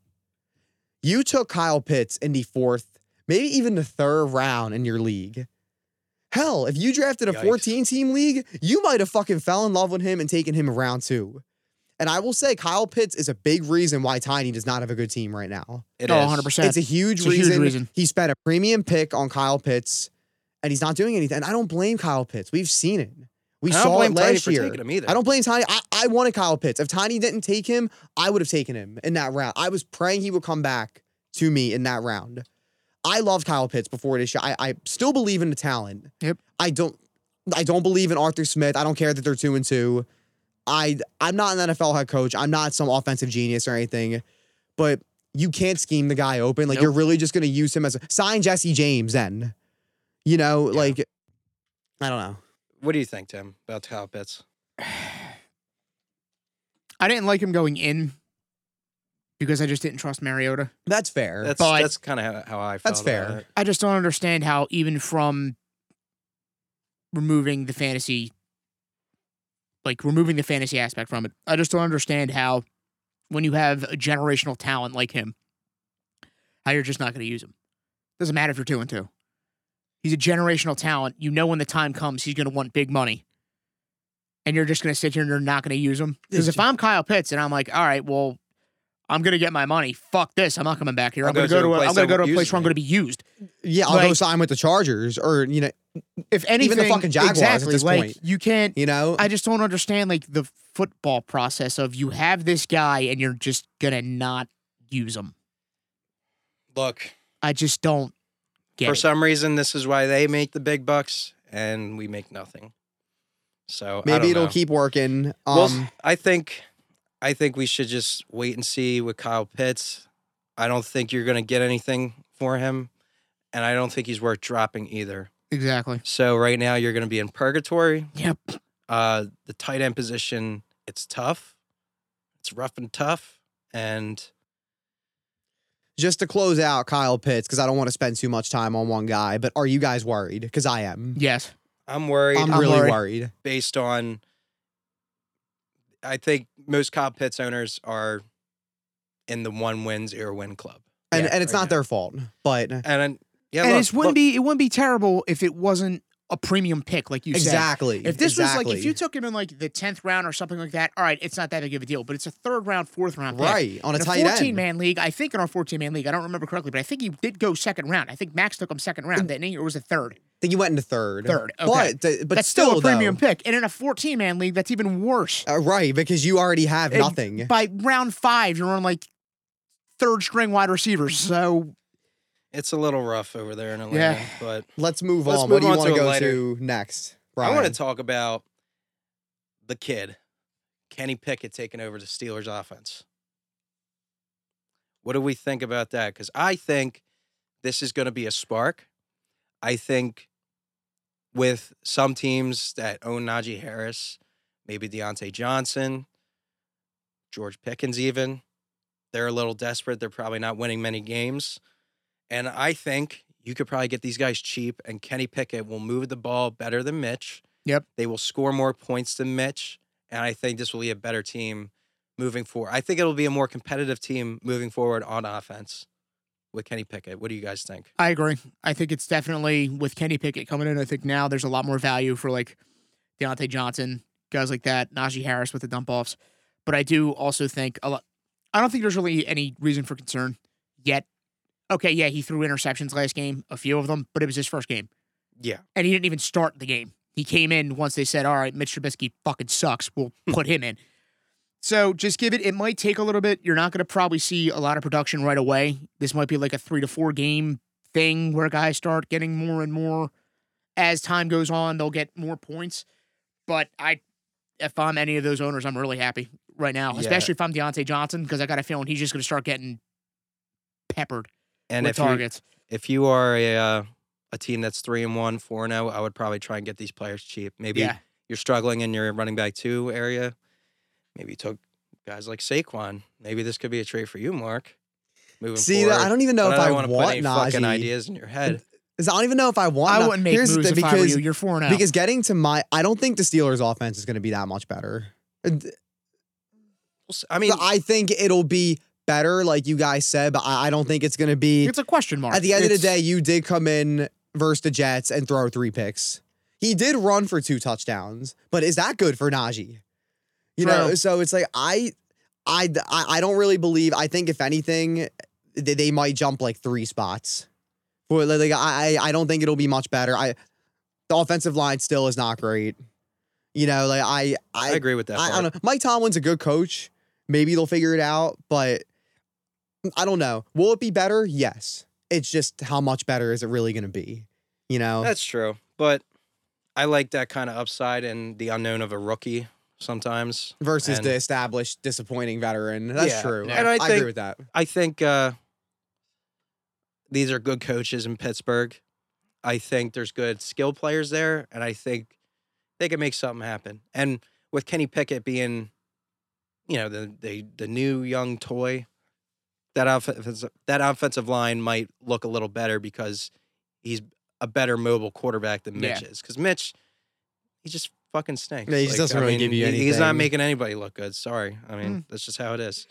Speaker 3: You took Kyle Pitts in the fourth, maybe even the third round in your league. Hell, if you drafted a
Speaker 1: Yikes.
Speaker 3: 14 team league, you might have fucking fell in love with him and taken him in round two. And I will say, Kyle Pitts is a big reason why Tiny does not have a good team right now.
Speaker 1: It
Speaker 4: oh,
Speaker 1: is.
Speaker 4: 100%.
Speaker 3: It's a huge
Speaker 4: It's a huge
Speaker 3: reason.
Speaker 4: reason.
Speaker 3: He spent a premium pick on Kyle Pitts, and he's not doing anything. And I don't blame Kyle Pitts. We've seen it. We
Speaker 1: I don't
Speaker 3: saw
Speaker 1: blame
Speaker 3: it
Speaker 1: Tiny
Speaker 3: last
Speaker 1: for
Speaker 3: year.
Speaker 1: taking him either.
Speaker 3: I don't blame Tiny. I, I wanted Kyle Pitts. If Tiny didn't take him, I would have taken him in that round. I was praying he would come back to me in that round. I love Kyle Pitts before this year. I, I still believe in the talent.
Speaker 4: Yep.
Speaker 3: I don't I don't believe in Arthur Smith. I don't care that they're two and two. I I'm not an NFL head coach. I'm not some offensive genius or anything. But you can't scheme the guy open. Like
Speaker 4: Nope.
Speaker 3: you're really just gonna use him as a sign Jesse James then. You know,
Speaker 1: Yeah.
Speaker 3: like I don't know.
Speaker 1: What do you think, Tim, about Kyle Pitts?
Speaker 4: I didn't like him going in because I just didn't trust Mariota.
Speaker 3: That's fair.
Speaker 1: That's
Speaker 4: But-
Speaker 1: that's kind of how, how I felt.
Speaker 3: That's
Speaker 1: about
Speaker 3: fair.
Speaker 1: it.
Speaker 4: I just don't understand how even from removing the fantasy like removing the fantasy aspect from it. I just don't understand how when you have a generational talent like him, how you're just not going to use him. Doesn't matter if you're 2 and 2. He's a generational talent. You know when the time comes he's going to want big money. And you're just going to sit here and you're not going to use him. Cuz
Speaker 3: It's
Speaker 4: if
Speaker 3: ju-
Speaker 4: I'm Kyle Pitts and I'm like, "All right, well, I'm going to get my money. Fuck this. I'm not coming back here.
Speaker 1: I'll
Speaker 4: I'm going
Speaker 1: go
Speaker 4: to
Speaker 1: to a
Speaker 4: go to a,
Speaker 1: place
Speaker 4: I'm going
Speaker 1: that
Speaker 4: to go to a
Speaker 1: uses
Speaker 4: place where I'm
Speaker 1: me."
Speaker 4: going to be used."
Speaker 3: yeah, I'll go
Speaker 4: like-
Speaker 3: sign with the Chargers or you know,
Speaker 4: if anything,
Speaker 3: fucking Jaguars at
Speaker 4: exactly,
Speaker 3: this
Speaker 4: like,
Speaker 3: point.
Speaker 4: You can't.
Speaker 3: you know. Mm.
Speaker 4: I just don't understand like the football process of you have this guy and you're just gonna not use him.
Speaker 1: Look,
Speaker 4: I just don't get.
Speaker 1: for
Speaker 4: it.
Speaker 1: some reason, this is why they make the big bucks and we make nothing. So I
Speaker 3: Maybe
Speaker 1: don't
Speaker 3: it'll
Speaker 1: know.
Speaker 3: keep working. Um,
Speaker 1: Well, I think, I think we should just wait and see with Kyle Pitts. I don't think you're going to get anything for him, and I don't think he's worth dropping either.
Speaker 4: exactly.
Speaker 1: So right now, you're going to be in purgatory.
Speaker 4: Yep.
Speaker 1: Uh, the tight end position, it's tough. It's rough and tough, and
Speaker 3: just to close out Kyle Pitts, because I don't want to spend too much time on one guy, but are you guys worried? Because I am.
Speaker 4: Yes.
Speaker 1: I'm worried.
Speaker 3: I'm,
Speaker 4: I'm
Speaker 3: really
Speaker 4: worried.
Speaker 3: worried.
Speaker 1: based on I think most Kyle Pitts owners are in the one win zero win club.
Speaker 3: And,
Speaker 4: Yeah,
Speaker 3: and it's
Speaker 1: right
Speaker 3: not their fault, but
Speaker 1: And I'm- yeah,
Speaker 4: and
Speaker 1: look,
Speaker 4: it wouldn't
Speaker 1: look,
Speaker 4: be it wouldn't be terrible if it wasn't a premium pick like you said.
Speaker 3: exactly.
Speaker 4: If this
Speaker 3: exactly.
Speaker 4: was like if you took him in like the tenth round or something like that, all right, it's not that big of a deal. But it's a third round, fourth round, pick.
Speaker 3: right on a
Speaker 4: In
Speaker 3: tight
Speaker 4: 14
Speaker 3: end,
Speaker 4: man league, I think in our 14 man league, I don't remember correctly, but I think he did go second round. I think Max took him second round, didn't he? Or was it third?
Speaker 3: then you went into third.
Speaker 4: Third, okay.
Speaker 3: but th- but
Speaker 4: that's still, a
Speaker 3: though,
Speaker 4: premium pick. And in a 14 man league, that's even worse.
Speaker 3: Uh, right, because you already have
Speaker 4: And
Speaker 3: nothing.
Speaker 4: By round five, you're on like third string wide receivers. So
Speaker 1: it's a little rough over there in Atlanta. But
Speaker 3: Let's move
Speaker 1: Let's
Speaker 3: on.
Speaker 1: move
Speaker 3: what do you
Speaker 1: on
Speaker 3: want
Speaker 1: to a
Speaker 3: go
Speaker 1: lighter-
Speaker 3: to next?
Speaker 1: I want to
Speaker 3: Brian?
Speaker 1: talk about the kid, Kenny Pickett, taking over the Steelers offense. What do we think about that? Because I think this is going to be a spark. I think with some teams that own Najee Harris, maybe Deontay Johnson, George Pickens, even, they're a little desperate. They're probably not winning many games. And I think you could probably get these guys cheap, and Kenny Pickett will move the ball better than Mitch.
Speaker 4: Yep.
Speaker 1: They will score more points than Mitch. And I think this will be a better team moving forward. I think it'll be a more competitive team moving forward on offense with Kenny Pickett. What do you guys think?
Speaker 4: I agree. I think it's definitely with Kenny Pickett coming in, I think now there's a lot more value for like Deontay Johnson, guys like that, Najee Harris with the dump offs. But I do also think a lot, I don't think there's really any reason for concern yet. Okay, yeah, he threw interceptions last game, a few of them, but it was his first game.
Speaker 1: Yeah.
Speaker 4: and he didn't even start the game. He came in once they said, "All right, Mitch Trubisky fucking sucks. We'll put him in." So just give it. It might take a little bit. You're not going to probably see a lot of production right away. This might be like a three to four game thing where guys start getting more and more as time goes on. They'll get more points. But I, if I'm any of those owners, I'm really happy right now,
Speaker 1: Yeah.
Speaker 4: especially if I'm Deontay Johnson because I got a feeling he's just going to start getting peppered
Speaker 1: And
Speaker 4: with
Speaker 1: if you,
Speaker 4: targets.
Speaker 1: if you are a, uh, a team that's three and one, four and oh, I would probably try and get these players cheap. Maybe
Speaker 4: yeah,
Speaker 1: you're struggling in your running back two area. Maybe you took guys like Saquon. Maybe this could be a trade for you, Mark. Moving
Speaker 3: See,
Speaker 1: forward.
Speaker 3: I don't even know
Speaker 1: But
Speaker 3: if I,
Speaker 1: don't
Speaker 3: want
Speaker 1: to put any fucking
Speaker 3: Najee.
Speaker 1: ideas in your head.
Speaker 3: 'Cause I don't even know if I want.
Speaker 4: I
Speaker 3: Najee.
Speaker 4: wouldn't make
Speaker 3: Here's the
Speaker 4: moves
Speaker 3: thing,
Speaker 4: if I were
Speaker 3: because
Speaker 4: you. You're four and oh. out.
Speaker 3: Because getting to my, I don't think the Steelers' offense is going to be that much better. And th-
Speaker 1: I
Speaker 3: I,
Speaker 1: mean,
Speaker 3: think it'll be better, like you guys said, but I, I don't think it's going to be.
Speaker 4: it's a question mark.
Speaker 3: At the end of the
Speaker 4: It's-
Speaker 3: day, you did come in versus the Jets and throw three picks. He did run for two touchdowns, but is that good for Najee? You know,
Speaker 4: True.
Speaker 3: so it's like I, I, I I don't really believe. I think if anything, they, they might jump like three spots. For like, I, I I don't think it'll be much better. I, the offensive line still is not great. You know, like I,
Speaker 1: I
Speaker 3: I,
Speaker 1: agree with that.
Speaker 3: I, I
Speaker 1: part.
Speaker 3: don't know. Mike Tomlin's a good coach. Maybe they'll figure it out, but I don't know. Will it be better? Yes. It's just how much better is it really going to be? You know,
Speaker 1: That's true, but I like that kind of upside and the unknown of a rookie sometimes.
Speaker 3: versus
Speaker 1: and-
Speaker 3: the established disappointing veteran. That's
Speaker 1: Yeah,
Speaker 3: true.
Speaker 1: and I think-
Speaker 3: agree with that.
Speaker 1: I think uh, these are good coaches in Pittsburgh. I think there's good skill players there, and I think they can make something happen. And with Kenny Pickett being, you know, the the, the new young toy, that offensive that offensive line might look a little better because he's a better mobile quarterback than Mitch is. Because Mitch, he just fucking stinks.
Speaker 3: Yeah, he just doesn't really give you
Speaker 1: he- He's not
Speaker 3: anything. Mm.
Speaker 1: making anybody look good. Sorry, I mean that's just how it is.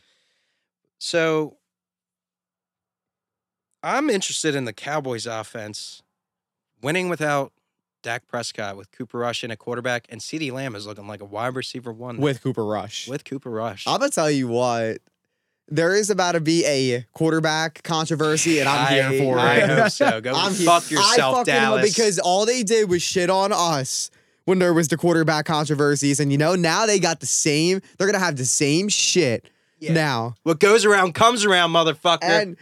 Speaker 1: So I'm interested in the Cowboys offense winning without Dak Prescott with Cooper Rush in a quarterback and CeeDee Lamb is looking like a wide receiver one there.
Speaker 3: with Cooper Rush.
Speaker 1: with Cooper Rush.
Speaker 3: I'm gonna tell you what. There is about to be a quarterback controversy, and I'm
Speaker 1: I-
Speaker 3: here for
Speaker 1: I
Speaker 3: it.
Speaker 1: hope so. Go
Speaker 3: I'm here-
Speaker 1: fuck yourself,
Speaker 3: I fucking love-
Speaker 1: Dallas.
Speaker 3: because all they did was shit on us when there was the quarterback controversies, and you know now they got the same. They're gonna have the same shit
Speaker 1: Yeah.
Speaker 3: now,
Speaker 1: what goes around comes around, motherfucker.
Speaker 3: and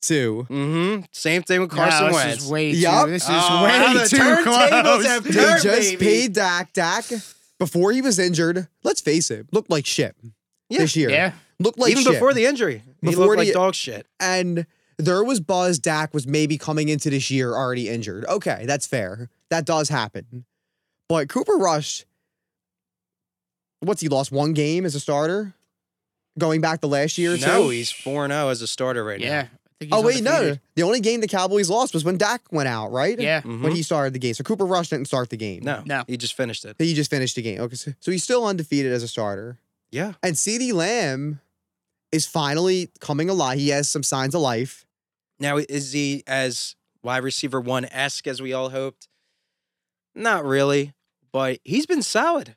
Speaker 3: two.
Speaker 1: mm-hmm. Same thing with Carson
Speaker 4: no,
Speaker 1: Wentz.
Speaker 4: This is way
Speaker 3: Yup.
Speaker 4: too. This is
Speaker 1: Oh, now
Speaker 4: way
Speaker 1: the
Speaker 4: too
Speaker 1: turntables
Speaker 4: close.
Speaker 1: have
Speaker 3: They
Speaker 1: Dirt,
Speaker 3: just
Speaker 1: baby.
Speaker 3: paid Dak. Dak before he was injured. Let's face it, looked like shit
Speaker 1: Yeah.
Speaker 3: this year.
Speaker 4: Yeah.
Speaker 3: Looked like
Speaker 1: Even
Speaker 3: shit.
Speaker 1: before the injury, he
Speaker 3: Before
Speaker 1: looked like
Speaker 3: the-
Speaker 1: dog shit.
Speaker 3: and there was buzz Dak was maybe coming into this year already injured. Okay, that's fair. That does happen. But Cooper Rush, what's he lost one game as a starter? Going back to last year or
Speaker 1: No,
Speaker 3: two?
Speaker 1: he's four zero as a starter right
Speaker 4: Yeah. I
Speaker 1: now.
Speaker 4: think
Speaker 3: oh,
Speaker 4: he's
Speaker 3: wait, no.
Speaker 4: undefeated.
Speaker 3: The only game the Cowboys lost was when Dak went out, right?
Speaker 4: Yeah. mm-hmm.
Speaker 1: Mhm.
Speaker 3: When he started the game. So Cooper Rush didn't start the game.
Speaker 1: no,
Speaker 4: No.
Speaker 1: he just finished it.
Speaker 3: He just finished the game. Okay. So, so he's still undefeated as a starter.
Speaker 1: Yeah,
Speaker 3: And CeeDee Lamb is finally coming alive. He has some signs of life.
Speaker 1: Now, is he as wide receiver one esque as we all hoped? Not really, but he's been solid.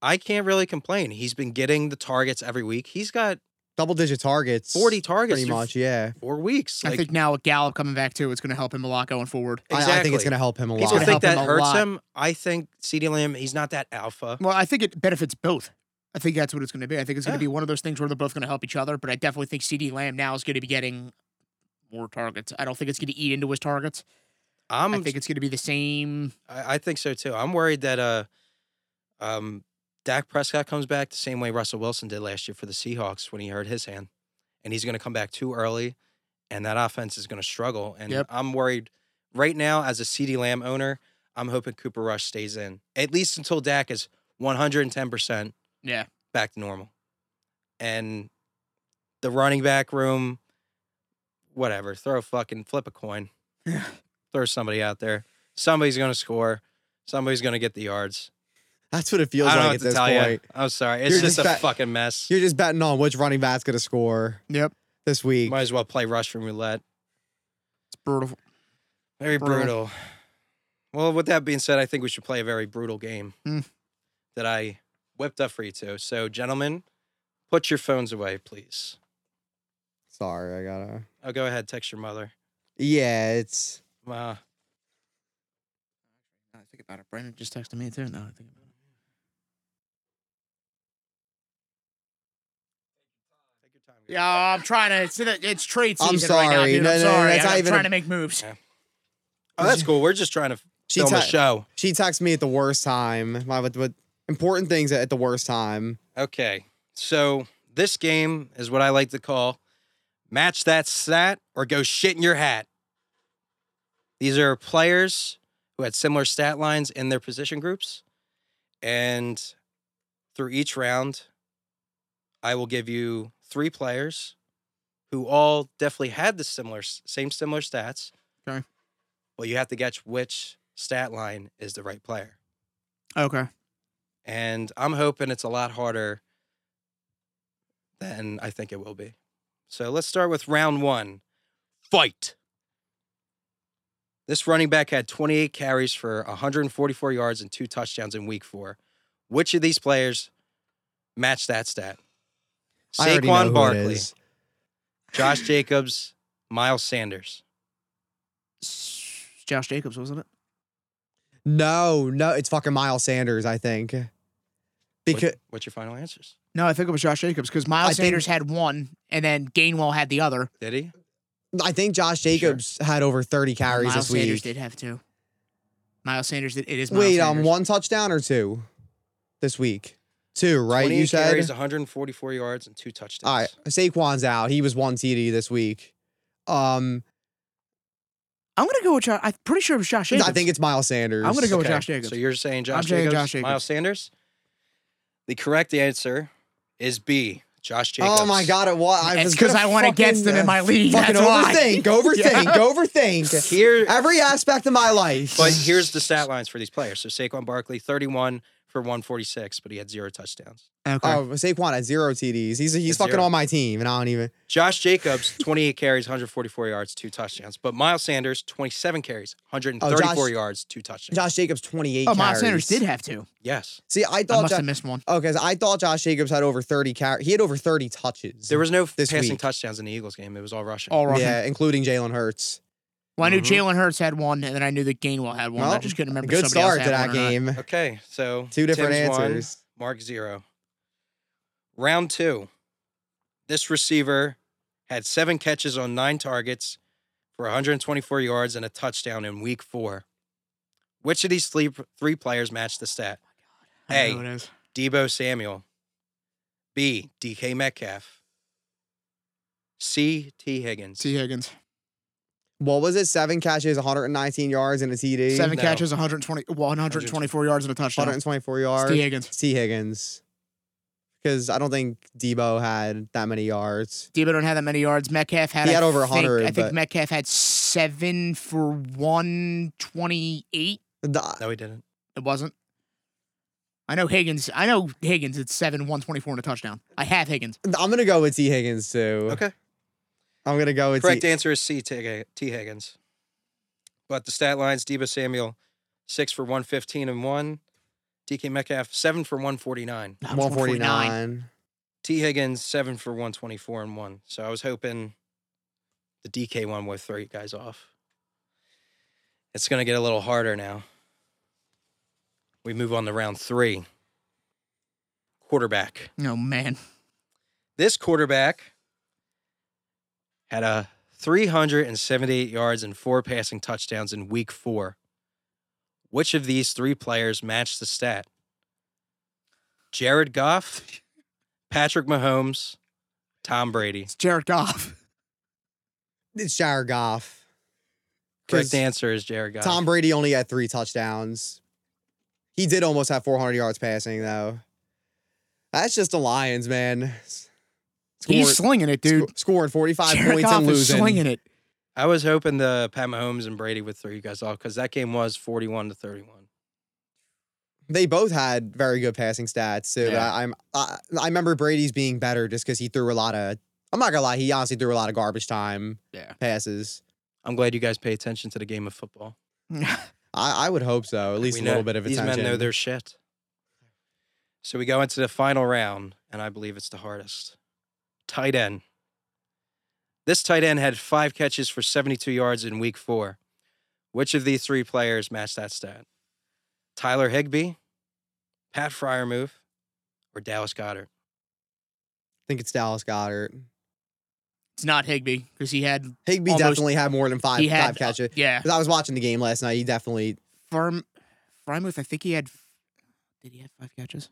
Speaker 1: I can't really complain. He's been getting the targets every week. He's got
Speaker 3: Double digit targets.
Speaker 1: 40 targets
Speaker 3: Pretty
Speaker 1: through
Speaker 3: much, yeah.
Speaker 1: four weeks.
Speaker 4: I think now with Gallup coming back too, it's going to help him a lot going forward.
Speaker 3: I- I, think it's going to help him a
Speaker 1: People
Speaker 3: lot.
Speaker 4: gonna
Speaker 1: think
Speaker 4: help
Speaker 1: that
Speaker 4: him a
Speaker 1: hurts
Speaker 4: lot.
Speaker 1: him. I think CeeDee Lamb, he's not that alpha.
Speaker 4: Well, I think it benefits both. I think that's what it's going to be. I think it's going
Speaker 1: Yeah.
Speaker 4: to be one of those things where they're both going to help each other. But I definitely think CD Lamb now is going to be getting more targets. I don't think it's going to eat into his targets.
Speaker 1: I'm,
Speaker 4: i think it's going to be the same.
Speaker 1: I, I think so too. I'm worried that uh, um, Dak Prescott comes back the same way Russell Wilson did last year for the Seahawks when he hurt his hand, and he's going to come back too early, and that offense is going to struggle. And
Speaker 4: Yep.
Speaker 1: I'm worried right now as a CD Lamb owner. I'm hoping Cooper Rush stays in at least until Dak is 110 percent
Speaker 4: Yeah.
Speaker 1: back to normal, and the running back room, whatever. Throw a fucking flip a coin, throw somebody out there. Somebody's going to score. Somebody's going to get the yards.
Speaker 3: [laughs] That's what it feels
Speaker 1: I don't know
Speaker 3: like
Speaker 1: what
Speaker 3: at
Speaker 1: to
Speaker 3: this
Speaker 1: tell you.
Speaker 3: point.
Speaker 1: I'm sorry. It's
Speaker 3: You're
Speaker 1: just,
Speaker 3: just
Speaker 1: a
Speaker 3: fat-
Speaker 1: fucking mess.
Speaker 3: You. are just betting on which running back's going to score
Speaker 4: Yep.
Speaker 3: this week.
Speaker 1: Might as well play Russian roulette.
Speaker 4: It's brutal.
Speaker 1: Very brutal.
Speaker 4: Brutal.
Speaker 1: Well, with that being said, I think we should play a very brutal game
Speaker 4: Hmm.
Speaker 1: that I whipped up for you two. So, gentlemen, put your phones away, please.
Speaker 3: Sorry, I got to.
Speaker 1: Oh, go ahead. Text your mother.
Speaker 3: Yeah, it's.
Speaker 1: Ma.
Speaker 4: I think about it. Brandon just texted me too. No, I think about it.
Speaker 1: Take your time.
Speaker 4: Yeah, I'm trying to. It's, it's trade
Speaker 3: I'm
Speaker 4: season right now,
Speaker 3: sorry.
Speaker 4: dude.
Speaker 3: No,
Speaker 4: I'm
Speaker 3: no, no,
Speaker 4: sorry.
Speaker 3: that's
Speaker 4: I'm
Speaker 3: not even
Speaker 4: trying
Speaker 3: a-
Speaker 4: to make moves.
Speaker 1: Oh, that's cool. We're just trying to
Speaker 3: She,
Speaker 1: film a
Speaker 3: te-
Speaker 1: show.
Speaker 3: she texted me at the worst time. My, with, with important things at the worst time.
Speaker 1: Okay. So, this game is what I like to call match that stat or go shit in your hat. These are players who had similar stat lines in their position groups. And through each round, I will give you three players who all definitely had the similar same similar stats.
Speaker 4: Okay.
Speaker 1: But you have to guess which stat line is the right player
Speaker 4: Okay.
Speaker 1: and I'm hoping it's a lot harder than I think it will be. So let's start with round one fight. This running back had 28 carries for 144 yards and two touchdowns in week four. Which of these players matched that stat?
Speaker 3: I already know who
Speaker 1: Saquon
Speaker 3: it
Speaker 1: Barkley,
Speaker 3: is. [laughs]
Speaker 1: Josh Jacobs, Miles Sanders.
Speaker 4: Josh Jacobs, wasn't it?
Speaker 3: No, no, it's fucking Miles Sanders, I think.
Speaker 1: What-
Speaker 3: Because
Speaker 1: what's your final answers?
Speaker 4: No, I think it was Josh Jacobs because Miles
Speaker 3: I think-
Speaker 4: Sanders had one, and then Gainwell had the other.
Speaker 1: Did he?
Speaker 3: I think Josh Jacobs had over 30 carries
Speaker 4: Miles
Speaker 3: this week.
Speaker 4: Sanders did have two. Miles Sanders did. It is. Miles
Speaker 3: Wait,
Speaker 4: Sanders.
Speaker 3: um, one touchdown or two this week? Two, right?
Speaker 1: 28
Speaker 3: You said
Speaker 1: carries, 144 yards, and two touchdowns.
Speaker 3: All right, Saquon's out. He was one TD this week. Um,
Speaker 4: I'm gonna go with Josh. I'm pretty sure it was Josh Jacobs.
Speaker 3: I think it's Miles Sanders.
Speaker 4: I'm gonna go with
Speaker 1: Okay,
Speaker 4: Josh Jacobs.
Speaker 1: So you're saying Josh,
Speaker 4: saying
Speaker 1: Jacobs,
Speaker 4: Josh Jacobs.
Speaker 1: Miles Sanders? The correct answer is B, Josh Jacobs.
Speaker 3: Oh my god! It was. I
Speaker 4: It's
Speaker 3: was
Speaker 4: 'cause
Speaker 3: gonna
Speaker 4: I went against
Speaker 3: fucking,
Speaker 4: them in my league,
Speaker 3: Fucking
Speaker 4: that's why. [laughs]
Speaker 3: overthink, overthink, overthink.
Speaker 1: Here
Speaker 3: Every aspect of my life.
Speaker 1: but here's the stat lines for these players. So Saquon Barkley, 31 for 146, but he had zero touchdowns.
Speaker 4: okay.
Speaker 3: oh, Saquon at zero TDs. He's he's
Speaker 1: At
Speaker 3: fucking
Speaker 1: zero.
Speaker 3: on my team, and I don't even.
Speaker 1: Josh
Speaker 3: [laughs]
Speaker 1: Jacobs, 28 carries, 144 yards, two touchdowns. But Miles Sanders, 27 carries, 134
Speaker 3: Oh, Josh-
Speaker 1: yards, two touchdowns.
Speaker 3: Josh Jacobs twenty eight.
Speaker 4: oh, Miles Sanders did have to.
Speaker 1: yes.
Speaker 3: See, I
Speaker 4: I
Speaker 3: thought.
Speaker 4: must
Speaker 3: Jo-
Speaker 4: have missed one.
Speaker 3: okay, so I thought Josh Jacobs had over thirty car. He had over thirty touches.
Speaker 1: There was no
Speaker 3: This
Speaker 1: passing
Speaker 3: week. Oh.
Speaker 1: touchdowns in the Eagles game. It was all rushing.
Speaker 4: All rushing.
Speaker 3: yeah, including Jalen Hurts.
Speaker 4: Well, I knew
Speaker 1: Mhm.
Speaker 4: Jalen Hurts had one, and then I knew that Gainwell had one. I
Speaker 3: Well,
Speaker 4: just couldn't remember. if
Speaker 3: Good
Speaker 4: somebody else
Speaker 3: start to
Speaker 4: had
Speaker 3: that
Speaker 4: one or not.
Speaker 3: game.
Speaker 1: Okay. So
Speaker 3: Two different
Speaker 1: Tim's won,
Speaker 3: answers.
Speaker 1: Mark zero. Round two. This receiver had seven catches on nine targets for 124 yards and a touchdown in week four. Which of these three, three players matched the stat?
Speaker 4: I don't
Speaker 1: A.
Speaker 4: know who it is.
Speaker 1: Debo Samuel. B. DK Metcalf. C. T. Higgins.
Speaker 4: T. Higgins.
Speaker 3: What was it? Seven catches, 119 yards, and a TD.
Speaker 4: Seven
Speaker 1: No.
Speaker 4: catches, 120, well, 124 yards and a touchdown.
Speaker 3: 124
Speaker 4: It's
Speaker 3: yards.
Speaker 4: T. Higgins.
Speaker 3: T. Higgins. Because I don't think Debo had that many yards.
Speaker 4: Debo don't have that many yards. Metcalf had
Speaker 3: He had
Speaker 4: I
Speaker 3: over
Speaker 4: think-
Speaker 3: 100,
Speaker 4: I think
Speaker 3: but-
Speaker 4: Metcalf had seven for 128.
Speaker 3: The-
Speaker 1: No, he didn't.
Speaker 4: It wasn't. I know Higgins. I know Higgins. It's seven, 124 and a touchdown. I have Higgins.
Speaker 3: I'm going to go with T. Higgins, too.
Speaker 1: Okay.
Speaker 3: I'm going to go with
Speaker 1: Correct
Speaker 3: T.
Speaker 1: answer is C. T. Hig- T. Higgins. But the stat lines: Debo Samuel, six for one fifteen and one. DK Metcalf, seven for one forty nine.
Speaker 4: I was 149.
Speaker 3: 149.
Speaker 1: T. Higgins, seven for one twenty four and one. So I was hoping the DK one would throw you guys off. It's going to get a little harder now. We move on to round three. Quarterback.
Speaker 4: Oh, man.
Speaker 1: This quarterback had a 378 yards and four passing touchdowns in week four. Which of these three players matched the stat? Jared Goff,
Speaker 3: [laughs]
Speaker 1: Patrick Mahomes, Tom Brady.
Speaker 4: It's Jared Goff.
Speaker 3: It's Jared Goff.
Speaker 1: Correct
Speaker 3: 'Cause
Speaker 1: answer is Jared Goff.
Speaker 3: Tom Brady only had three touchdowns. He did almost have 400 yards passing, though. That's just the Lions, man.
Speaker 4: [laughs] He's slinging it, dude.
Speaker 3: sco- scoring 45
Speaker 4: Jared
Speaker 3: points
Speaker 4: Goff
Speaker 3: and
Speaker 4: is
Speaker 3: losing.
Speaker 4: slinging it.
Speaker 1: I was hoping the Pat Mahomes and Brady would throw you guys off because that game was 41 to 31.
Speaker 3: they both had very good passing stats. So
Speaker 1: Yeah.
Speaker 3: I, I'm I, I remember Brady's being better just because he threw a lot of. I'm not gonna lie, he honestly threw a lot of garbage time
Speaker 4: Yeah.
Speaker 3: passes.
Speaker 1: I'm glad you guys pay attention to the game of football.
Speaker 3: I, I would hope so. At least
Speaker 1: We
Speaker 3: a
Speaker 1: know-
Speaker 3: little bit of
Speaker 1: these
Speaker 3: attention.
Speaker 1: men know their shit. So we go into the final round, and I believe it's the hardest. Tight end. This tight end had five catches for 72 yards in week four. Which of these three players matched that stat? Tyler Higbee, Pat Fryermuth, or Dallas Goddard?
Speaker 3: I think it's Dallas Goddard.
Speaker 4: [laughs] It's not Higby because he had
Speaker 3: Higby
Speaker 4: Almost-
Speaker 3: definitely had more than five
Speaker 4: he had uh,
Speaker 3: five catches.
Speaker 4: Yeah,
Speaker 3: Because I was watching the game last night, he definitely.
Speaker 4: Firm Frymouth. I think he had. f- Did he have five catches?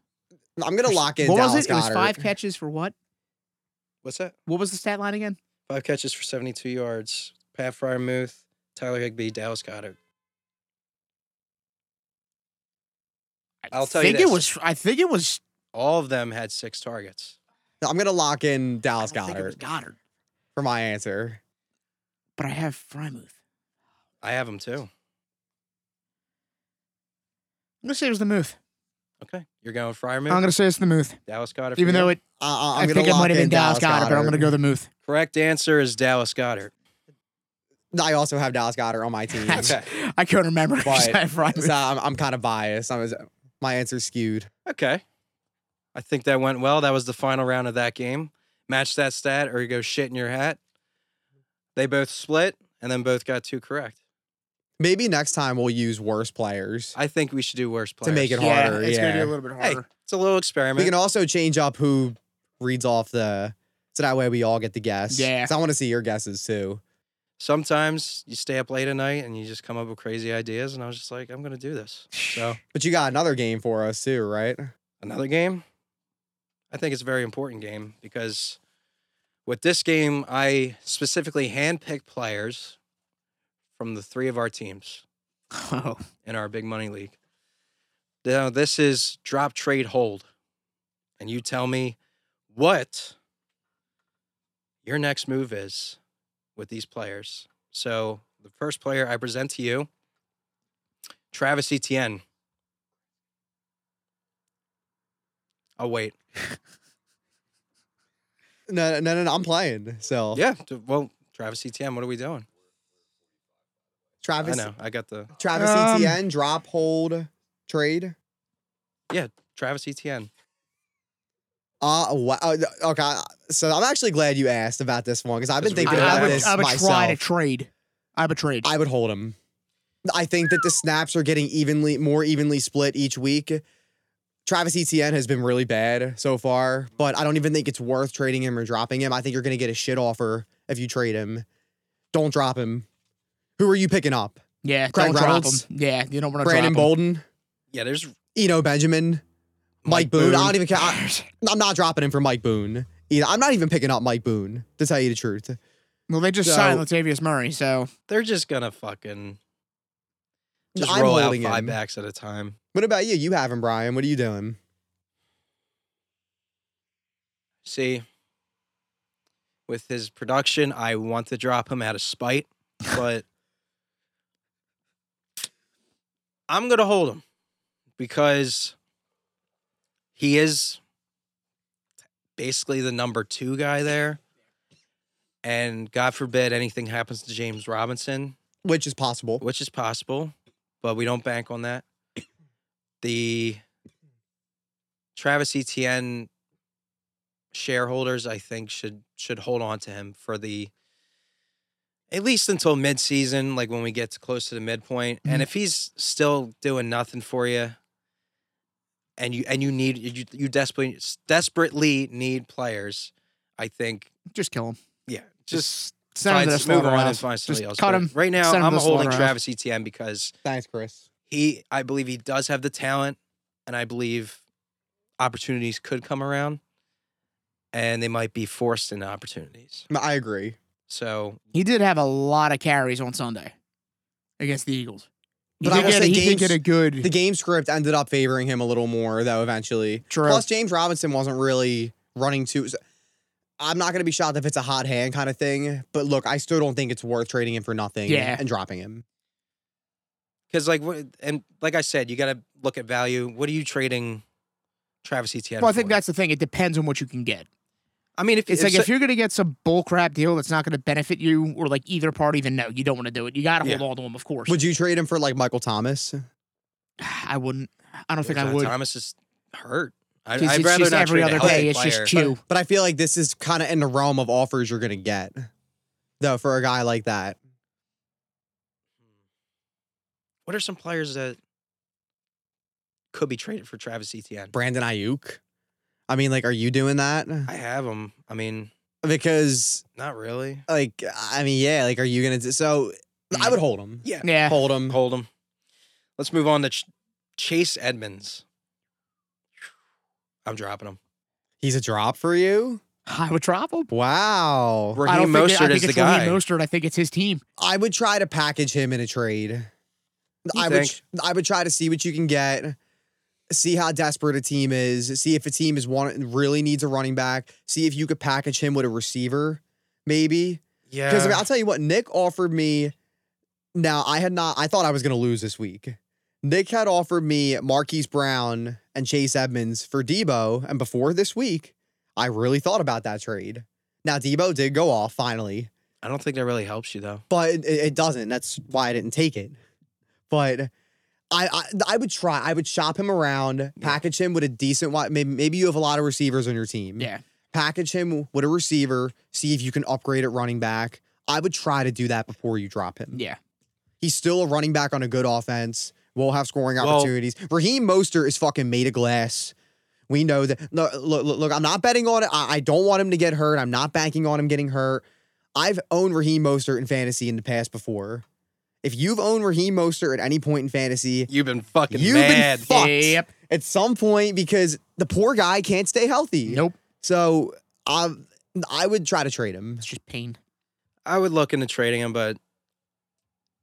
Speaker 3: I'm gonna lock in
Speaker 4: What
Speaker 3: Dallas
Speaker 4: was it?
Speaker 3: Goddard.
Speaker 4: It was five catches for what?
Speaker 1: What's that?
Speaker 4: What was the stat line again?
Speaker 1: Five catches for 72 yards. Pat Fryermuth, Tyler Higbee, Dallas Goddard.
Speaker 4: I
Speaker 1: I'll tell you
Speaker 4: think
Speaker 1: this.
Speaker 4: it was. I think it was.
Speaker 1: All of them had six targets.
Speaker 3: I'm gonna lock in Dallas
Speaker 4: I don't think it was
Speaker 3: Goddard
Speaker 4: Goddard.
Speaker 3: for my answer.
Speaker 4: But I have Frymouth.
Speaker 1: I have them too.
Speaker 4: I'm gonna say it was the Muth.
Speaker 1: Okay. You're going Fryermuth?
Speaker 4: I'm gonna say it's the Muth,
Speaker 1: Dallas Goddard. for
Speaker 4: even
Speaker 1: you?
Speaker 4: though it.
Speaker 3: I, I,
Speaker 4: i
Speaker 3: I'm gonna
Speaker 4: think it
Speaker 3: lock
Speaker 4: might have
Speaker 3: in
Speaker 4: been Dallas Goddard, but I'm gonna go the
Speaker 3: [laughs]
Speaker 4: Muth.
Speaker 1: Correct answer is Dallas Goddard.
Speaker 3: I also have Dallas Goddard
Speaker 4: [laughs]
Speaker 3: on my team, so
Speaker 4: That's- I couldn't remember. 'cause
Speaker 3: But-
Speaker 4: I have Frymouth.
Speaker 3: I'm, I'm kind of biased. I was, my answer's skewed.
Speaker 1: Okay. I think that went well. That was the final round of that game. Match that stat or you go shit in your hat. They both split and then both got two correct.
Speaker 3: Maybe next time we'll use worse players.
Speaker 1: I think we should do worse players.
Speaker 3: make it
Speaker 4: yeah,
Speaker 3: harder,
Speaker 4: It's gonna be
Speaker 3: yeah.
Speaker 4: a little bit
Speaker 1: Hey,
Speaker 4: harder.
Speaker 1: it's a little
Speaker 3: We
Speaker 1: experiment.
Speaker 3: can also change up who reads off the so that way we all get the guess.
Speaker 4: Yeah.
Speaker 3: 'Cause I want to see your guesses too.
Speaker 1: Sometimes you stay up late at night and you just come up with crazy ideas. And I was just like, I'm going to do this. So,
Speaker 3: But you got another game for us too, right?
Speaker 1: another game. I think it's a very important game because with this game, I specifically handpicked players from the three of our teams
Speaker 4: Oh,
Speaker 1: in our big money league. Now, this is drop, trade, hold. And you tell me what your next move is with these players. So, the first player I present to you, Travis Etienne. I'll Oh, wait.
Speaker 3: No, no, no, no. I'm playing. So
Speaker 1: Yeah. t- Well, Travis Etienne, what are we doing? I
Speaker 3: Travis,
Speaker 1: know. I got the
Speaker 3: Travis
Speaker 2: Um,
Speaker 3: Etienne, drop, hold, trade.
Speaker 1: Travis Etienne.
Speaker 3: Uh, wow. Okay. So I'm actually glad you asked about this one because I've been
Speaker 1: Because we
Speaker 3: thinking
Speaker 1: did
Speaker 3: about
Speaker 4: I, I would,
Speaker 3: this
Speaker 4: I would
Speaker 3: myself.
Speaker 4: try to trade. I would trade.
Speaker 3: I would hold him. I think that the snaps are getting evenly more evenly split each week. Travis Etienne has been really bad so far, but I don't even think it's worth trading him or dropping him. I think you're going to get a shit offer if you trade him. Don't drop him. Who are you picking up?
Speaker 4: yeah,
Speaker 3: Craig
Speaker 4: don't drop
Speaker 3: Reynolds?
Speaker 4: him. Yeah, you don't want to drop
Speaker 3: Brandon
Speaker 4: him.
Speaker 3: Bolden,
Speaker 1: Yeah, there's
Speaker 3: Eno Benjamin, Mike, Boone. I don't even care. I, I'm not dropping him for Mike Boone either. I'm not even picking up Mike Boone to tell you the truth.
Speaker 4: [laughs] well, they just
Speaker 3: So-
Speaker 4: signed Latavius Murray, so
Speaker 1: They're just gonna fucking just
Speaker 3: I'm
Speaker 1: roll out
Speaker 3: holding
Speaker 1: five
Speaker 3: him.
Speaker 1: backs at a time.
Speaker 3: What about you? You have him, Brian. What are you doing?
Speaker 1: See, with his production, I want to drop him out of spite, but I'm gonna hold him because he is basically the number two guy there. And God forbid anything happens to James Robinson,
Speaker 3: Which is possible.
Speaker 1: which is possible, but we don't bank on that. The Travis Etienne shareholders, I think, should should hold on to him for the at least until midseason, like when we get to close to the midpoint. And if he's still doing nothing for you, and you and you need you you desperately desperately need players, I think.
Speaker 4: just kill him.
Speaker 1: Yeah, just
Speaker 4: Just, send him
Speaker 1: find,
Speaker 4: to the
Speaker 1: move on and
Speaker 4: slaughterhouse.
Speaker 1: find somebody
Speaker 4: Just
Speaker 1: else.
Speaker 4: cut
Speaker 1: But
Speaker 4: him,
Speaker 1: Right now,
Speaker 4: send him
Speaker 1: I'm
Speaker 4: to
Speaker 1: holding
Speaker 4: slaughterhouse.
Speaker 1: Travis Etienne because
Speaker 3: Thanks, Chris.
Speaker 1: he, I believe, he does have the talent, and I believe opportunities could come around, and they might be forced into opportunities.
Speaker 3: I agree.
Speaker 1: So
Speaker 4: He did have a lot of carries on Sunday against the Eagles. He
Speaker 3: But
Speaker 4: did
Speaker 3: I will
Speaker 4: get a-
Speaker 3: say
Speaker 4: he did
Speaker 3: games-
Speaker 4: get a good
Speaker 3: the game script ended up favoring him a little more though eventually.
Speaker 4: True.
Speaker 3: Plus James Robinson wasn't really running too. so- I'm not gonna be shocked if it's a hot hand kind of thing, but look, I still don't think it's worth trading him for nothing
Speaker 4: Yeah.
Speaker 3: and dropping him.
Speaker 1: because like what- and like I said, you got to look at value. What are you trading Travis Etienne?
Speaker 4: Well, I think
Speaker 1: for?
Speaker 4: that's the thing. It depends on what you can get.
Speaker 1: I mean, if
Speaker 4: It's
Speaker 1: if
Speaker 4: like
Speaker 1: so-
Speaker 4: if you're going to get some bullcrap deal that's not going to benefit you or like either party, then no, you don't want to do it. You got to hold on to him, of course.
Speaker 3: Would you trade him for like Michael Thomas?
Speaker 4: [sighs] I wouldn't. I don't think I
Speaker 1: John
Speaker 4: would.
Speaker 1: Thomas is hurt. I,
Speaker 4: It's-
Speaker 1: I'd
Speaker 4: it's
Speaker 1: rather
Speaker 4: just
Speaker 1: not
Speaker 4: every
Speaker 1: trade
Speaker 4: other
Speaker 1: a healthy
Speaker 4: day. It's just
Speaker 1: player.
Speaker 4: Q.
Speaker 3: But I feel like this is kind of in the realm of offers you're gonna get. Though for a guy like that.
Speaker 1: What are some players that could be traded for Travis Etienne?
Speaker 3: Brandon Ayuk. I mean, like, are you doing that?
Speaker 1: I have him. I mean,
Speaker 3: Because
Speaker 1: not really.
Speaker 3: like I mean, yeah, like are you gonna do so I would hold him.
Speaker 1: Yeah.
Speaker 4: Yeah.
Speaker 3: Hold him.
Speaker 1: Hold him. Let's move on to Ch- Chase Edmonds. I'm dropping him.
Speaker 3: He's a drop for you?
Speaker 4: I would drop him.
Speaker 3: Wow.
Speaker 4: I
Speaker 1: Raheem
Speaker 4: don't think, I
Speaker 1: Mostert
Speaker 4: think
Speaker 1: is the
Speaker 4: it's Raheem
Speaker 1: guy.
Speaker 4: Mostert. I think it's his team.
Speaker 3: I would try to package him in a trade.
Speaker 1: You
Speaker 3: I would
Speaker 1: think?
Speaker 3: I would try to see what you can get, see how desperate a team is, see if a team is want really needs a running back, see if you could package him with a receiver, maybe.
Speaker 1: Yeah.
Speaker 3: Because I mean, I'll tell you what, Nick offered me. Now I had not. I thought I was going to lose this week. Nick had offered me Marquise Brown and Chase Edmonds for Debo, and before this week, I really thought about that trade. Now Debo did go off finally,
Speaker 1: I don't think that really helps you though.
Speaker 3: but it, it doesn't. That's why I didn't take it. But I, I I would try. I would shop him around, package him with a decent wide. Maybe, maybe you have a lot of receivers on your team.
Speaker 4: Yeah.
Speaker 3: Package him with a receiver. See if you can upgrade at running back. I would try to do that before you drop him.
Speaker 4: Yeah.
Speaker 3: He's still a running back on a good offense. We'll have scoring
Speaker 1: Well-
Speaker 3: opportunities. Raheem Mostert is fucking made of glass. We know that. No, look, look, look, I'm not betting on it. I, I don't want him to get hurt. I'm not banking on him getting hurt. I've owned Raheem Mostert in fantasy in the past before. If you've owned Raheem Mostert at any point in fantasy,
Speaker 1: You've been fucking
Speaker 3: You've been
Speaker 1: mad.
Speaker 3: fu- Fucked.
Speaker 4: Yep.
Speaker 3: at some point, because the poor guy can't stay healthy.
Speaker 4: Nope.
Speaker 3: So um, I, I would try to trade him.
Speaker 4: It's just pain.
Speaker 1: I would look into trading him, but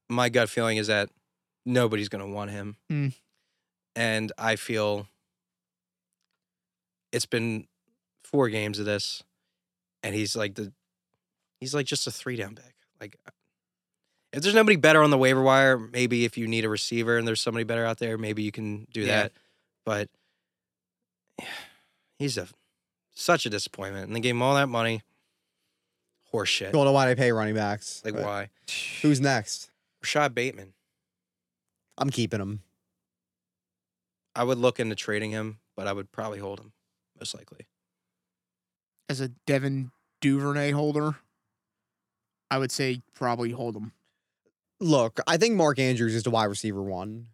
Speaker 1: my gut feeling is that nobody's going to want him.
Speaker 4: Mm.
Speaker 1: And I feel it's been four games of this, and he's like the he's like just a three down back. Like uh, if there's nobody better on the waiver wire, maybe if you need a receiver and there's somebody better out there, maybe you can do
Speaker 4: Yeah.
Speaker 1: that. But [sighs] he's a such a disappointment, and they gave him all that money. Horseshit.
Speaker 3: Don't know why they pay running backs.
Speaker 1: Like
Speaker 3: but
Speaker 1: why?
Speaker 3: Who's next?
Speaker 1: Rashad Bateman.
Speaker 3: I'm keeping him.
Speaker 1: I would look into trading him, but I would probably hold him most likely.
Speaker 4: As a Devin Duvernay holder, I would say probably hold him.
Speaker 3: Look, I think Mark Andrews is the wide receiver one.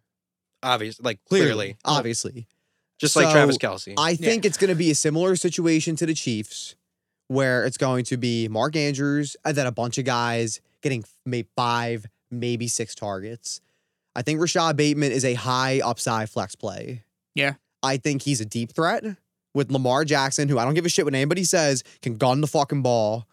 Speaker 1: Obviously, like clearly,
Speaker 3: Obviously.
Speaker 1: just like Travis
Speaker 3: So,
Speaker 1: Kelsey.
Speaker 3: I think it's going to be a similar situation to the Chiefs, where it's going to be Mark Andrews and then a bunch of guys getting maybe five, maybe six targets. I think Rashad Bateman is a high upside flex play.
Speaker 4: Yeah.
Speaker 3: I think he's a deep threat with Lamar Jackson, who I don't give a shit what anybody says, can gun the fucking ball,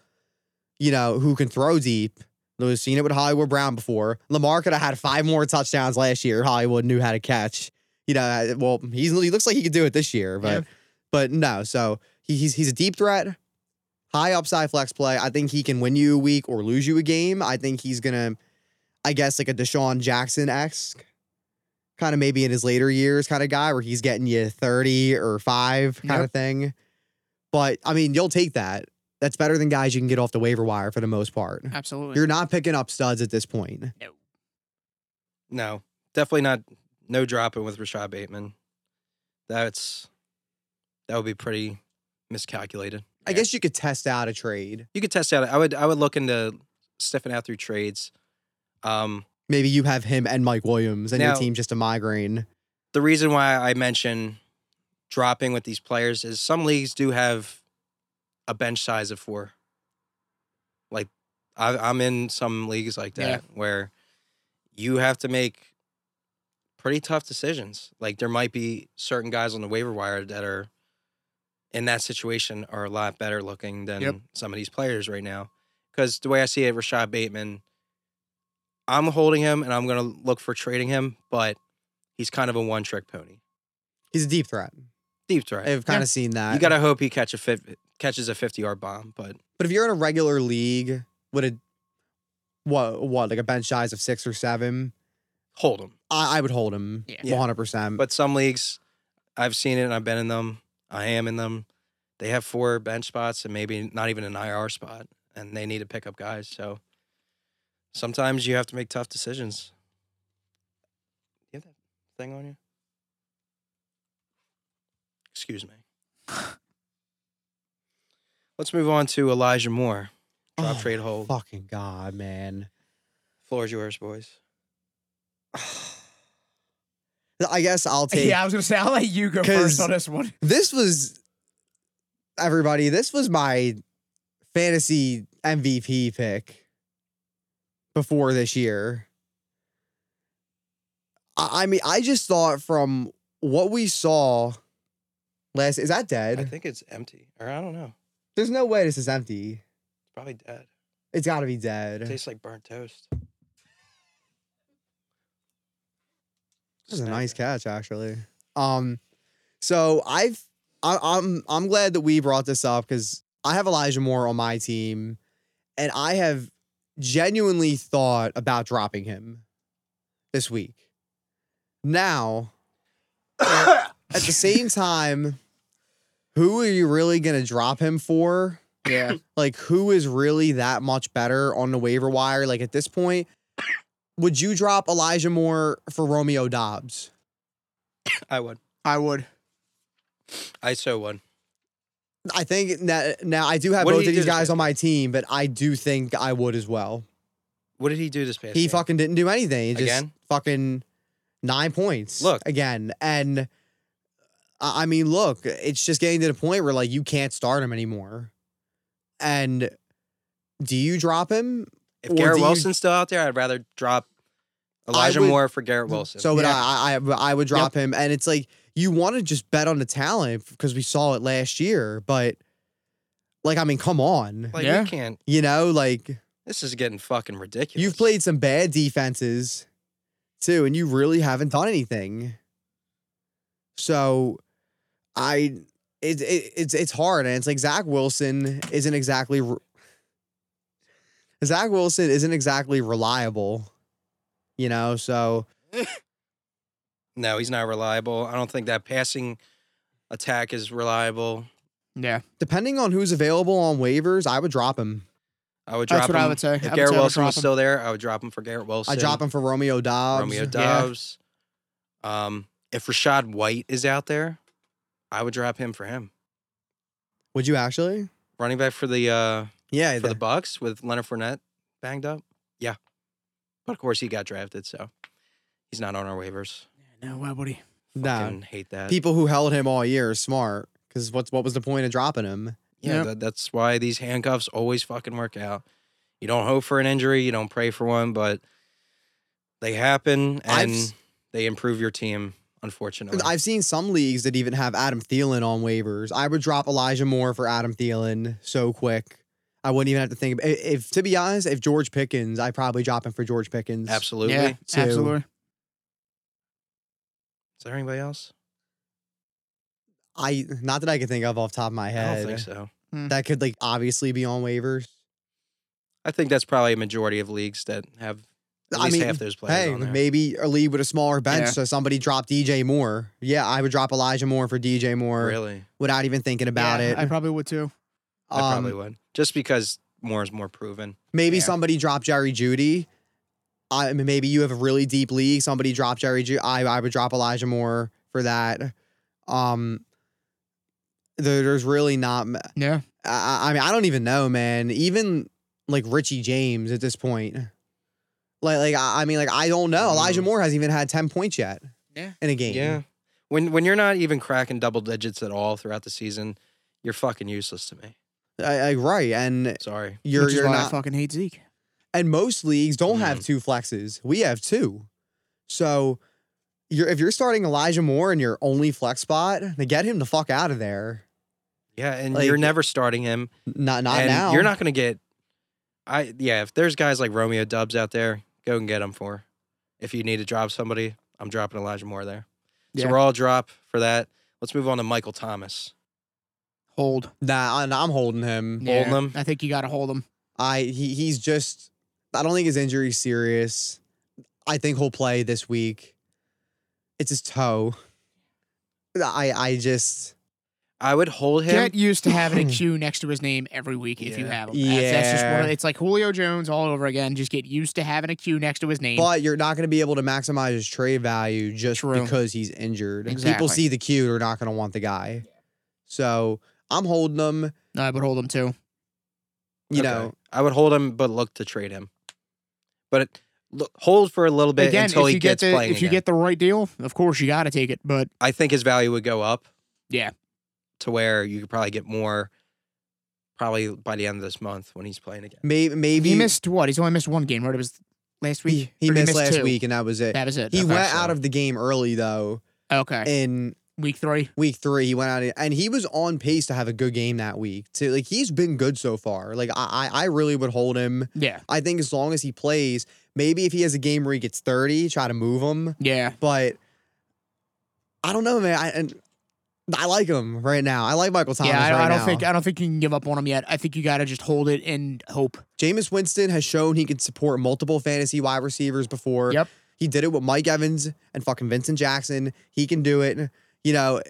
Speaker 3: you know, who can throw deep. We've seen it with Hollywood Brown before. Lamar could have had five more touchdowns last year. Hollywood knew how to catch. You know, uh, well, he's, he looks like he could do it this year, but
Speaker 4: Yeah.
Speaker 3: but no. So he, he's he's a deep threat, high upside flex play. I think he can win you a week or lose you a game. I think he's gonna, I guess, like a Deshaun Jackson esque kind of maybe in his later years kind of guy where he's getting you thirty or five kind of thing. But I mean, you'll take that. That's better than guys you can get off the waiver wire for the most part.
Speaker 4: Absolutely. [laughs]
Speaker 3: You're not picking up studs at this point.
Speaker 1: no, definitely not. No dropping with Rashad Bateman. That's that would be pretty miscalculated.
Speaker 3: I guess you could test out a trade.
Speaker 1: You could test out. I would. I would look into sniffing out through trades. Um,
Speaker 3: Maybe you have him and Mike Williams and your
Speaker 1: Now-
Speaker 3: team just a migraine.
Speaker 1: the reason why I mention dropping with these players is some leagues do have a bench size of four. Like I, I'm in some leagues like that where you have to make pretty tough decisions. Like there might be certain guys on the waiver wire that are in that situation are a lot better looking than
Speaker 4: Yep.
Speaker 1: some of these players right now. Because the way I see it, Rashad Bateman, I'm holding him and I'm going to look for trading him, but he's kind of a one trick pony.
Speaker 3: He's a deep threat.
Speaker 1: Deep threat.
Speaker 3: I've kind
Speaker 4: Yeah.
Speaker 3: of seen that.
Speaker 1: you got to hope he catch a fif- catches a 50 yard bomb, but
Speaker 3: but if you're in a regular league with a what what like a bench size of six or seven,
Speaker 1: hold him.
Speaker 3: I, I would hold him.
Speaker 4: Yeah.
Speaker 1: Yeah.
Speaker 3: one hundred percent.
Speaker 1: But some leagues, I've seen it and I've been in them. I am in them. They have four bench spots and maybe not even an IR spot, and they need to pick up guys. So sometimes you have to make tough decisions. You have that thing on you? Excuse me. Let's move on to Elijah Moore. Drop
Speaker 3: Oh,
Speaker 1: trade hold.
Speaker 3: fucking
Speaker 1: [sighs]
Speaker 3: god, man.
Speaker 1: Floor is yours, boys.
Speaker 3: I guess I'll take.
Speaker 2: Yeah, I was gonna say I'll let you go
Speaker 3: Because-
Speaker 2: first on this
Speaker 3: [laughs]
Speaker 2: one.
Speaker 3: This was everybody. This was my fantasy MVP pick before this year. I, I mean, I just thought from what we saw last. Is that dead?
Speaker 1: I think it's empty, or I don't know.
Speaker 3: There's no way this is empty.
Speaker 1: It's probably dead.
Speaker 3: It's got to be dead.
Speaker 1: It tastes like burnt toast.
Speaker 3: This is a
Speaker 1: Snack.
Speaker 3: nice catch, actually. Um, so I've I, I'm I'm glad that we brought this up because I have Elijah Moore on my team, and I have genuinely thought about dropping him this week. Now, at
Speaker 4: [laughs]
Speaker 3: the same time, who are you really gonna drop him for?
Speaker 4: Yeah.
Speaker 3: like who is really that much better on the waiver wire? Like at this point, would you drop Elijah Moore for Romeo Dobbs?
Speaker 1: I would.
Speaker 4: I would.
Speaker 1: I so would.
Speaker 3: I think that now I do have
Speaker 1: What did
Speaker 3: both
Speaker 1: he
Speaker 3: of
Speaker 1: do
Speaker 3: these
Speaker 1: this
Speaker 3: guys
Speaker 1: year?
Speaker 3: on my team, but I do think I would as well.
Speaker 1: What did he do this past?
Speaker 3: He
Speaker 1: game?
Speaker 3: fucking didn't do anything. He just
Speaker 1: Again?
Speaker 3: fucking nine points.
Speaker 1: Look.
Speaker 3: again, and I I mean, look, it's just getting to the point where like you can't start him anymore. And do you drop him?
Speaker 1: If
Speaker 3: or
Speaker 1: Garrett
Speaker 3: do you-
Speaker 1: Wilson's still out there, I'd rather drop Elijah
Speaker 3: would-
Speaker 1: Moore for Garrett Wilson.
Speaker 3: So would
Speaker 4: Yeah.
Speaker 3: I, I. I would drop him, and it's like you want to just bet on the talent because we saw it last year, but like I mean, come on,
Speaker 1: like,
Speaker 4: Yeah.
Speaker 1: we can't.
Speaker 3: you know, like
Speaker 1: This is getting fucking ridiculous.
Speaker 3: You've played some bad defenses too, and you really haven't done anything. So, I it, it it's it's hard, and it's like Zach Wilson isn't exactly re- Zach Wilson isn't exactly reliable, you know. So
Speaker 1: No, he's not reliable. I don't think that passing attack is reliable.
Speaker 4: Yeah,
Speaker 3: depending on who's available on waivers, I would drop him.
Speaker 1: I would drop
Speaker 4: that's what
Speaker 1: him.
Speaker 4: I would say. I
Speaker 1: If
Speaker 4: would
Speaker 1: Garrett
Speaker 4: say I
Speaker 1: Wilson
Speaker 4: would
Speaker 1: was
Speaker 4: drop him.
Speaker 1: still there, I would drop him for Garrett Wilson.
Speaker 3: I drop him for Romeo Dobbs.
Speaker 1: Romeo
Speaker 4: Yeah.
Speaker 1: Dobbs. Um, if Rashad White is out there, I would drop him for him.
Speaker 3: Would you actually?
Speaker 1: Running back for the uh,
Speaker 3: Yeah,
Speaker 1: for the Bucks with Leonard Fournette banged up. Yeah, but of course he got drafted, so he's not on our waivers.
Speaker 4: No, why would he?
Speaker 3: nah.
Speaker 1: Fucking hate that.
Speaker 3: people who held him all year are smart because what's what was the point of dropping him?
Speaker 1: yeah,
Speaker 4: Yeah.
Speaker 1: that, that's why these handcuffs always fucking work out. You don't hope for an injury, you don't pray for one, but they happen
Speaker 3: I've
Speaker 1: and
Speaker 3: s-
Speaker 1: they improve your team. Unfortunately,
Speaker 3: I've seen some leagues that even have Adam Thielen on waivers. I would drop Elijah Moore for Adam Thielen so quick. I wouldn't even have to think. If, if to be honest, if George Pickens, I probably drop him for George Pickens.
Speaker 1: absolutely.
Speaker 4: Yeah,
Speaker 3: Two.
Speaker 4: absolutely.
Speaker 1: Is there anybody else?
Speaker 3: I not that I can think of off the top of my
Speaker 1: I
Speaker 3: head.
Speaker 1: don't think so.
Speaker 3: That could like obviously be on waivers.
Speaker 1: I think that's probably a majority of leagues that have at
Speaker 3: I
Speaker 1: least
Speaker 3: mean,
Speaker 1: half those players
Speaker 3: hey,
Speaker 1: on there.
Speaker 3: maybe a league with a smaller bench,
Speaker 4: Yeah.
Speaker 3: so somebody dropped DJ Moore. Yeah, I would drop Elijah Moore for DJ Moore
Speaker 1: really,
Speaker 3: without even thinking about
Speaker 4: Yeah,
Speaker 3: it.
Speaker 4: I probably would too.
Speaker 1: I
Speaker 3: Um,
Speaker 1: probably would. Just because more is more proven.
Speaker 3: Maybe
Speaker 4: Yeah.
Speaker 3: somebody dropped Jerry Judy. I mean, maybe you have a really deep league. Somebody dropped Jerry Judy. I, I would drop Elijah Moore for that. Um, there, there's really not. m-
Speaker 4: Yeah,
Speaker 3: I, I- I mean, I don't even know, man. Even like Richie James at this point. Like, like I I mean, like I don't know. Elijah
Speaker 1: Mm.
Speaker 3: Moore hasn't even had ten points yet.
Speaker 4: Yeah.
Speaker 3: In a game.
Speaker 1: Yeah. When when you're not even cracking double digits at all throughout the season, you're fucking useless to me.
Speaker 3: I, I, right. And
Speaker 1: Sorry.
Speaker 3: you're
Speaker 4: which is
Speaker 3: you're
Speaker 4: why
Speaker 3: not.
Speaker 4: I fucking hate Zeke.
Speaker 3: and most leagues don't
Speaker 1: Mm.
Speaker 3: have two flexes. We have two. So you're if you're starting Elijah Moore in your only flex spot, then get him the fuck out of there.
Speaker 1: Yeah, and
Speaker 3: Like-
Speaker 1: you're never starting him.
Speaker 3: Not not
Speaker 1: and
Speaker 3: now.
Speaker 1: You're not gonna get. I yeah. If there's guys like Romeo Dubs out there, go and get them for. If you need to drop somebody, I'm dropping Elijah Moore there. So
Speaker 4: Yeah.
Speaker 1: we're all drop for that. Let's move on to Michael Thomas.
Speaker 4: Hold.
Speaker 3: nah, I, am holding him.
Speaker 1: Yeah. Holding him.
Speaker 4: I think you got to hold him.
Speaker 3: I he he's just I don't think his injury's serious. I think he'll play this week. It's his toe. I I just
Speaker 1: I would hold him.
Speaker 4: Get used to
Speaker 3: [clears throat]
Speaker 4: having a Q next to his name every week if you
Speaker 1: Yeah.
Speaker 4: have him. That's, that's just
Speaker 3: Yeah.
Speaker 4: one of, it's like Julio Jones all over again. Just get used to having a Q next to his name.
Speaker 3: But you're not going to be able to maximize his trade value just
Speaker 4: True.
Speaker 3: because he's injured. People
Speaker 4: Exactly.
Speaker 3: see the cue, they're not going to want the guy. So I'm holding him.
Speaker 4: no, I would Uh, hold him too.
Speaker 3: You
Speaker 1: Okay.
Speaker 3: know,
Speaker 1: I would hold him, but look to trade him. But it, look, hold for a little bit
Speaker 4: again,
Speaker 1: until
Speaker 4: if
Speaker 1: he
Speaker 4: you
Speaker 1: gets
Speaker 4: get the
Speaker 1: playing.
Speaker 4: if you
Speaker 1: again.
Speaker 4: get the right deal, of course you got to take it. But
Speaker 1: I think his value would go up.
Speaker 4: Yeah.
Speaker 1: To where you could probably get more, probably by the end of this month when he's playing again.
Speaker 3: may- maybe
Speaker 4: he missed what? He's only missed one game, right? It was last
Speaker 3: he-
Speaker 4: week.
Speaker 3: he
Speaker 4: Or
Speaker 3: missed last
Speaker 4: two.
Speaker 3: week, and that was it.
Speaker 4: That was it.
Speaker 3: he
Speaker 4: okay.
Speaker 3: went out of the game early though.
Speaker 4: okay
Speaker 3: In
Speaker 4: week three.
Speaker 3: week three, he went out, and he was on pace to have a good game that week. To like, he's been good so far. Like, I, I I really would hold him.
Speaker 4: Yeah,
Speaker 3: I think as long as he plays, maybe if he has a game where he gets thirty, try to move him.
Speaker 4: yeah.
Speaker 3: but I don't know, man. I and I like him right now. I like Michael Thomas.
Speaker 4: yeah, I,
Speaker 3: right
Speaker 4: I don't
Speaker 3: now.
Speaker 4: think I don't think you can give up on him yet. I think you got to just hold it and hope.
Speaker 3: Jameis Winston has shown he can support multiple fantasy wide receivers before.
Speaker 4: Yep.
Speaker 3: He did it with Mike Evans and fucking Vincent Jackson. He can do it. You know,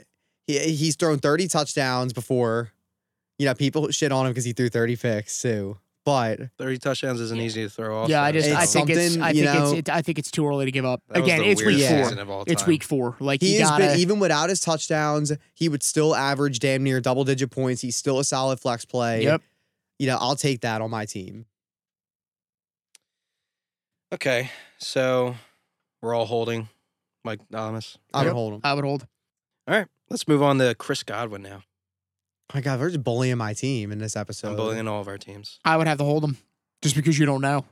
Speaker 3: he he's thrown 30 touchdowns before. You know, people shit on him because he threw 30 picks too. But
Speaker 1: Thirty touchdowns isn't easy to throw off.
Speaker 4: yeah, I just
Speaker 3: It's
Speaker 4: I think it's
Speaker 3: something,
Speaker 4: I
Speaker 3: you
Speaker 4: think it's
Speaker 3: know-
Speaker 4: it, I think it's too early to give up. Again, it's week
Speaker 3: weirdest
Speaker 4: four.
Speaker 3: season
Speaker 1: Of all time.
Speaker 4: It's week four. Like
Speaker 3: he
Speaker 4: you
Speaker 3: has
Speaker 4: gotta.
Speaker 3: been even without his touchdowns, he would still average damn near double digit points. He's still a solid flex play.
Speaker 4: Yep.
Speaker 3: You know, I'll take that on my team.
Speaker 1: Okay, so we're all holding Mike Thomas.
Speaker 3: I
Speaker 4: Yep.
Speaker 3: would hold him.
Speaker 4: I would hold.
Speaker 1: All right, let's move on to Chris Godwin now.
Speaker 3: My God, we're just bullying my team in this episode.
Speaker 4: Uh-huh.
Speaker 1: I'm bullying all of our teams.
Speaker 4: I would have to hold him, just because you don't know.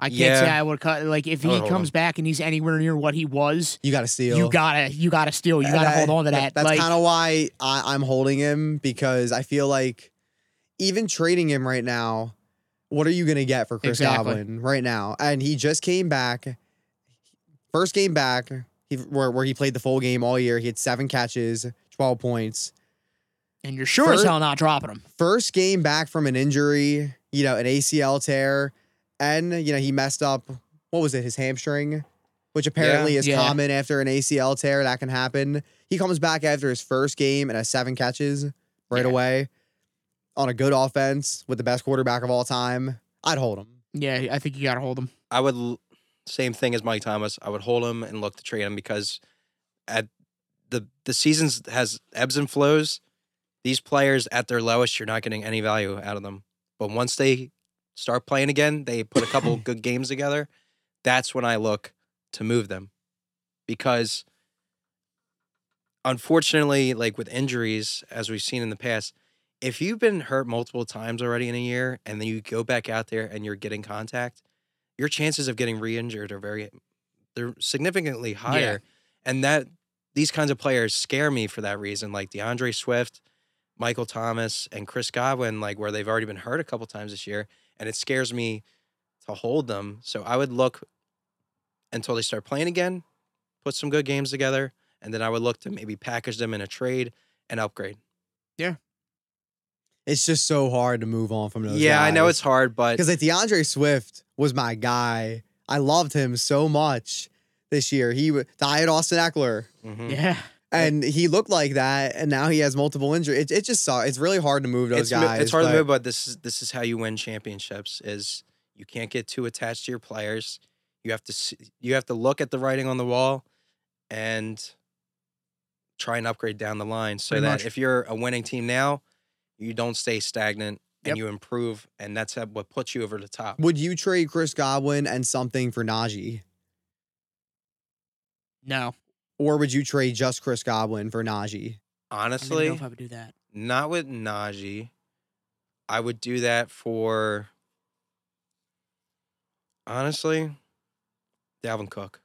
Speaker 4: I can't
Speaker 1: Yeah.
Speaker 4: say I would cut. Like if
Speaker 1: I would
Speaker 4: he
Speaker 1: hold
Speaker 4: comes back and he's anywhere near what he was,
Speaker 3: You got to steal.
Speaker 4: you gotta you gotta steal. You
Speaker 3: And
Speaker 4: gotta
Speaker 3: I-
Speaker 4: hold on to that.
Speaker 3: That's
Speaker 4: like
Speaker 3: kind of why I, I'm holding him because I feel like even trading him right now, what are you gonna get for Chris
Speaker 4: Exactly.
Speaker 3: Godwin right now? And he just came back, first game back, he, where where he played the full game all year. He had seven catches, twelve points.
Speaker 4: and you're sure as
Speaker 3: Third-
Speaker 4: hell not dropping him.
Speaker 3: First game back from an injury, you know, an ACL tear, and you know he messed up. What was it? His hamstring, which apparently is
Speaker 4: Yeah.
Speaker 3: common after an ACL tear. That can happen. He comes back after his first game and has seven catches right
Speaker 4: Yeah.
Speaker 3: away on a good offense with the best quarterback of all time. I'd hold him.
Speaker 4: Yeah, I think you got to hold him.
Speaker 1: I would l- same thing as Mike Thomas. I would hold him and look to trade him because at the the seasons has ebbs and flows. These players at their lowest, you're not getting any value out of them. But once they start playing again, they put a couple good games together. That's when I look to move them because unfortunately, like with injuries, as we've seen in the past, if you've been hurt multiple times already in a year and then you go back out there and you're getting contact, your chances of getting re-injured are very they're significantly higher. And that these kinds of players scare me for that reason. Like DeAndre Swift, Michael Thomas, and Chris Godwin, like where they've already been hurt a couple times this year, and it scares me to hold them. So I would look until they start playing again, put some good games together, and then I would look to maybe package them in a trade and upgrade.
Speaker 3: It's just so hard to move on from those.
Speaker 1: yeah, I know
Speaker 3: guys.
Speaker 1: it's hard, but
Speaker 3: Because like DeAndre Swift was my guy. I loved him so much this year. He w- died Austin Eckler,
Speaker 1: Mhm.
Speaker 4: Yeah.
Speaker 3: and he looked like that, and now he has multiple injuries. It, it just saw. It's really hard to move
Speaker 1: it's,
Speaker 3: those
Speaker 1: mo-
Speaker 3: guys.
Speaker 1: It's hard to
Speaker 3: but
Speaker 1: move, but this is this is how you win championships: is you can't get too attached to your players. You have to s- you have to look at the writing on the wall, and try and upgrade down the line. So
Speaker 4: Pretty
Speaker 1: that
Speaker 4: much.
Speaker 1: if you're a winning team now, you don't stay stagnant
Speaker 4: Yep.
Speaker 1: and you improve, and that's how- what puts you over the top.
Speaker 3: Would you trade Chris Godwin and something for Najee,
Speaker 4: No.
Speaker 3: or would you trade just Chris Godwin for Najee?
Speaker 4: I don't even
Speaker 1: Honestly,
Speaker 4: know if I would do that.
Speaker 1: not with Najee. I would do that for honestly, Dalvin Cook.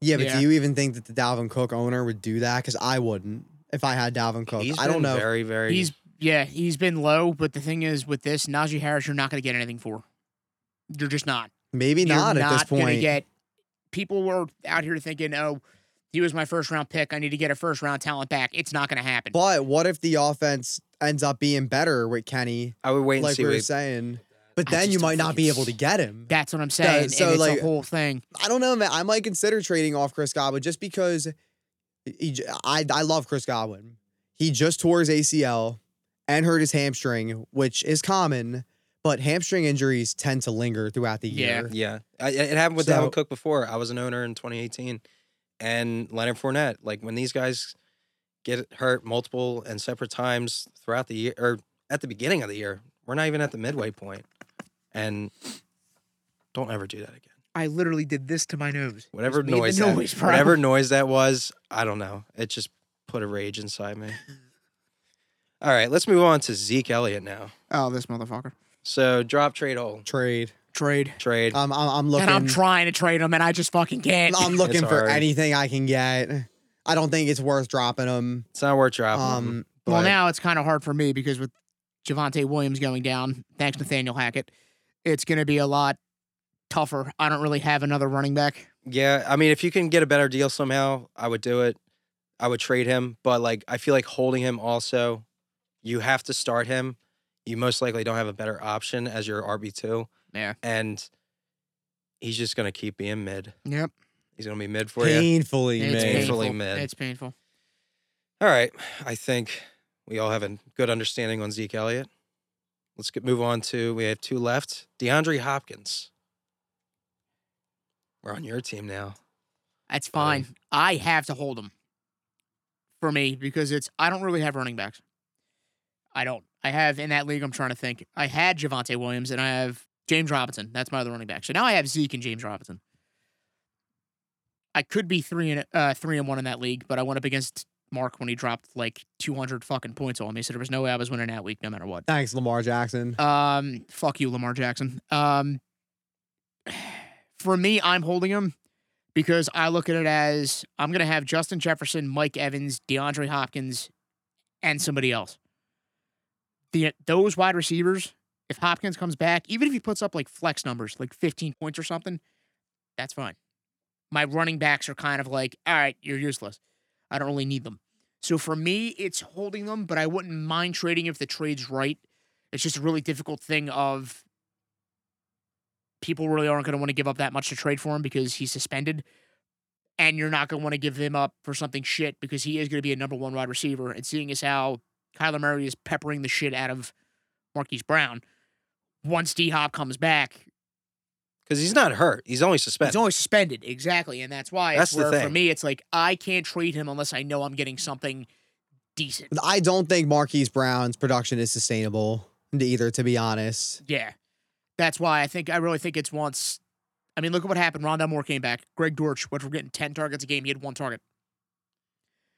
Speaker 3: Yeah, but
Speaker 4: Yeah.
Speaker 3: do you even think that the Dalvin Cook owner would do that? Because I wouldn't if I had Dalvin Cook.
Speaker 1: He's
Speaker 3: I don't
Speaker 1: been
Speaker 3: know.
Speaker 1: Very, very.
Speaker 4: He's yeah, he's been low, but the thing is with this Najee Harris, you're not going to get anything for. You're just not.
Speaker 3: Maybe
Speaker 4: You're
Speaker 3: not at this
Speaker 4: gonna
Speaker 3: point.
Speaker 4: Get people were out here thinking, oh, he was my first round pick. I need to get a first round talent back. It's not going to happen.
Speaker 3: But what if the offense ends up being better with Kenny
Speaker 1: I would wait and
Speaker 3: like
Speaker 1: see.
Speaker 3: we were
Speaker 1: what-
Speaker 3: saying. But
Speaker 4: I
Speaker 3: then
Speaker 4: just
Speaker 3: you
Speaker 4: don't
Speaker 3: might not
Speaker 4: think
Speaker 3: be
Speaker 4: it's-
Speaker 3: able to get him.
Speaker 4: That's what I'm saying.
Speaker 3: so,
Speaker 4: and it's
Speaker 3: like-
Speaker 4: a whole thing.
Speaker 3: I don't know, man. I might consider trading off Chris Godwin just because he, j- I, I love Chris Godwin. He just tore his ACL and hurt his hamstring, which is common, but hamstring injuries tend to linger throughout the
Speaker 4: Yeah.
Speaker 3: year.
Speaker 1: Yeah, I, it it happened with
Speaker 3: So-
Speaker 1: Dalvin Cook before. I was an owner in 2018, and Leonard Fournette. Like when these guys get hurt multiple and separate times throughout the year, or at the beginning of the year, we're not even at the midway point, and don't ever do that again.
Speaker 4: I literally did this to my nose.
Speaker 1: Whatever
Speaker 4: Just made the
Speaker 1: noise, that,
Speaker 4: noise, bro.
Speaker 1: whatever noise that was, I don't know. It just put a rage inside
Speaker 4: [laughs]
Speaker 1: me. All right, let's move on to Zeke Elliott now.
Speaker 4: Oh, this motherfucker.
Speaker 1: So drop trade hole
Speaker 3: Trade.
Speaker 4: Trade.
Speaker 1: trade.
Speaker 4: Uh,
Speaker 3: Um, I'm, I'm looking.
Speaker 4: And I'm trying to trade him, and I just fucking can't.
Speaker 3: I'm looking
Speaker 1: It's
Speaker 3: for
Speaker 1: hard.
Speaker 3: anything I can get. I don't think it's worth dropping him.
Speaker 1: It's not worth dropping.
Speaker 3: Um,
Speaker 4: well,
Speaker 1: but-
Speaker 4: now it's kind of hard for me because with Javante Williams going down, thanks Nathaniel Hackett, it's going to be a lot tougher. I don't really have another running back.
Speaker 1: Yeah, I mean, if you can get a better deal somehow, I would do it. I would trade him, but like I feel like holding him also, you have to start him. You most likely don't have a better option as your RB two,
Speaker 4: Yeah.
Speaker 1: and he's just gonna keep being mid.
Speaker 4: Yep.
Speaker 1: He's gonna be mid for you.
Speaker 3: Painfully,
Speaker 4: It's
Speaker 1: Painfully painful. mid.
Speaker 3: man.
Speaker 4: painful. It's painful.
Speaker 1: All right, I think we all have a good understanding on Zeke Elliott. Let's get move on to we have two left. DeAndre Hopkins. We're on your team now.
Speaker 4: That's
Speaker 1: Sorry.
Speaker 4: fine. I have to hold him for me because it's I don't really have running backs. I don't. I have in that league. I'm trying to think. I had Javante Williams and I have James Robinson. That's my other running back. So now I have Zeke and James Robinson. I could be three and uh, three and one in that league, but I went up against Mark when he dropped like 200 fucking points on me. So there was no way I was winning that week, no matter what.
Speaker 3: Thanks, Lamar Jackson.
Speaker 4: Um, fuck you, Lamar Jackson. Um, for me, I'm holding him because I look at it as I'm gonna have Justin Jefferson, Mike Evans, DeAndre Hopkins, and somebody else. The those wide receivers If Hopkins comes back, even if he puts up like flex numbers, like 15 points or something, that's fine. My running backs are kind of like, all right, you're useless. I don't really need them. So for me, it's holding them, but I wouldn't mind trading if the trade's right. It's just a really difficult thing of people really aren't going to want to give up that much to trade for him because he's suspended and you're not going to want to give him up for something shit because he is going to be a number one wide receiver. And seeing as how Kyler Murray is peppering the shit out of Marquise Brown, once D Hop comes back,
Speaker 1: because he's not hurt. He's only
Speaker 4: he's
Speaker 1: suspended.
Speaker 4: only suspended. Exactly. And that's why
Speaker 1: That's
Speaker 4: it's
Speaker 1: the
Speaker 4: where, for
Speaker 1: thing.
Speaker 4: me, it's like I can't trade him unless I know I'm getting something decent.
Speaker 3: I don't think Marquise Brown's production is sustainable either, to be honest.
Speaker 4: Yeah. That's why I think I really think it's once. I mean, look at what happened. Rondell Moore came back. Greg Dortch went from getting 10 targets a game. He had one target.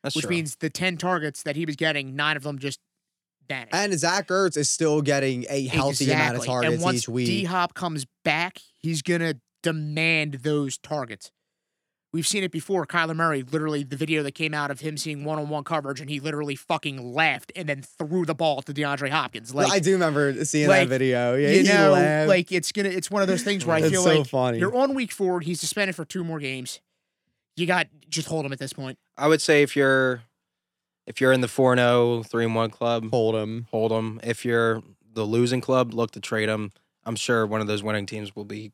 Speaker 1: That's
Speaker 4: which
Speaker 1: true.
Speaker 4: means the 10 targets that he was getting, nine of them just vanished.
Speaker 3: And Zach Ertz is still getting a healthy amount of
Speaker 4: Exactly.
Speaker 3: targets
Speaker 4: and once
Speaker 3: each week.
Speaker 4: D Hop comes back, he's going to demand those targets. We've seen it before. Kyler Murray, literally, the video that came out of him seeing one on one coverage, and he literally fucking laughed and then threw the ball to DeAndre Hopkins. Like,
Speaker 3: I do remember seeing
Speaker 4: like,
Speaker 3: that video. Yeah,
Speaker 4: you
Speaker 3: he
Speaker 4: know,
Speaker 3: laughed.
Speaker 4: like it's gonna it's one of those things where I
Speaker 3: It's
Speaker 4: feel
Speaker 3: so
Speaker 4: like
Speaker 3: funny.
Speaker 4: you're on week four, he's suspended for two more games. You got just hold him at this point.
Speaker 1: I would say if you're if you're in the oh, 4-0, 3-1 club,
Speaker 3: hold him.
Speaker 1: hold them. If you're the losing club, look to trade them. I'm sure one of those winning teams will be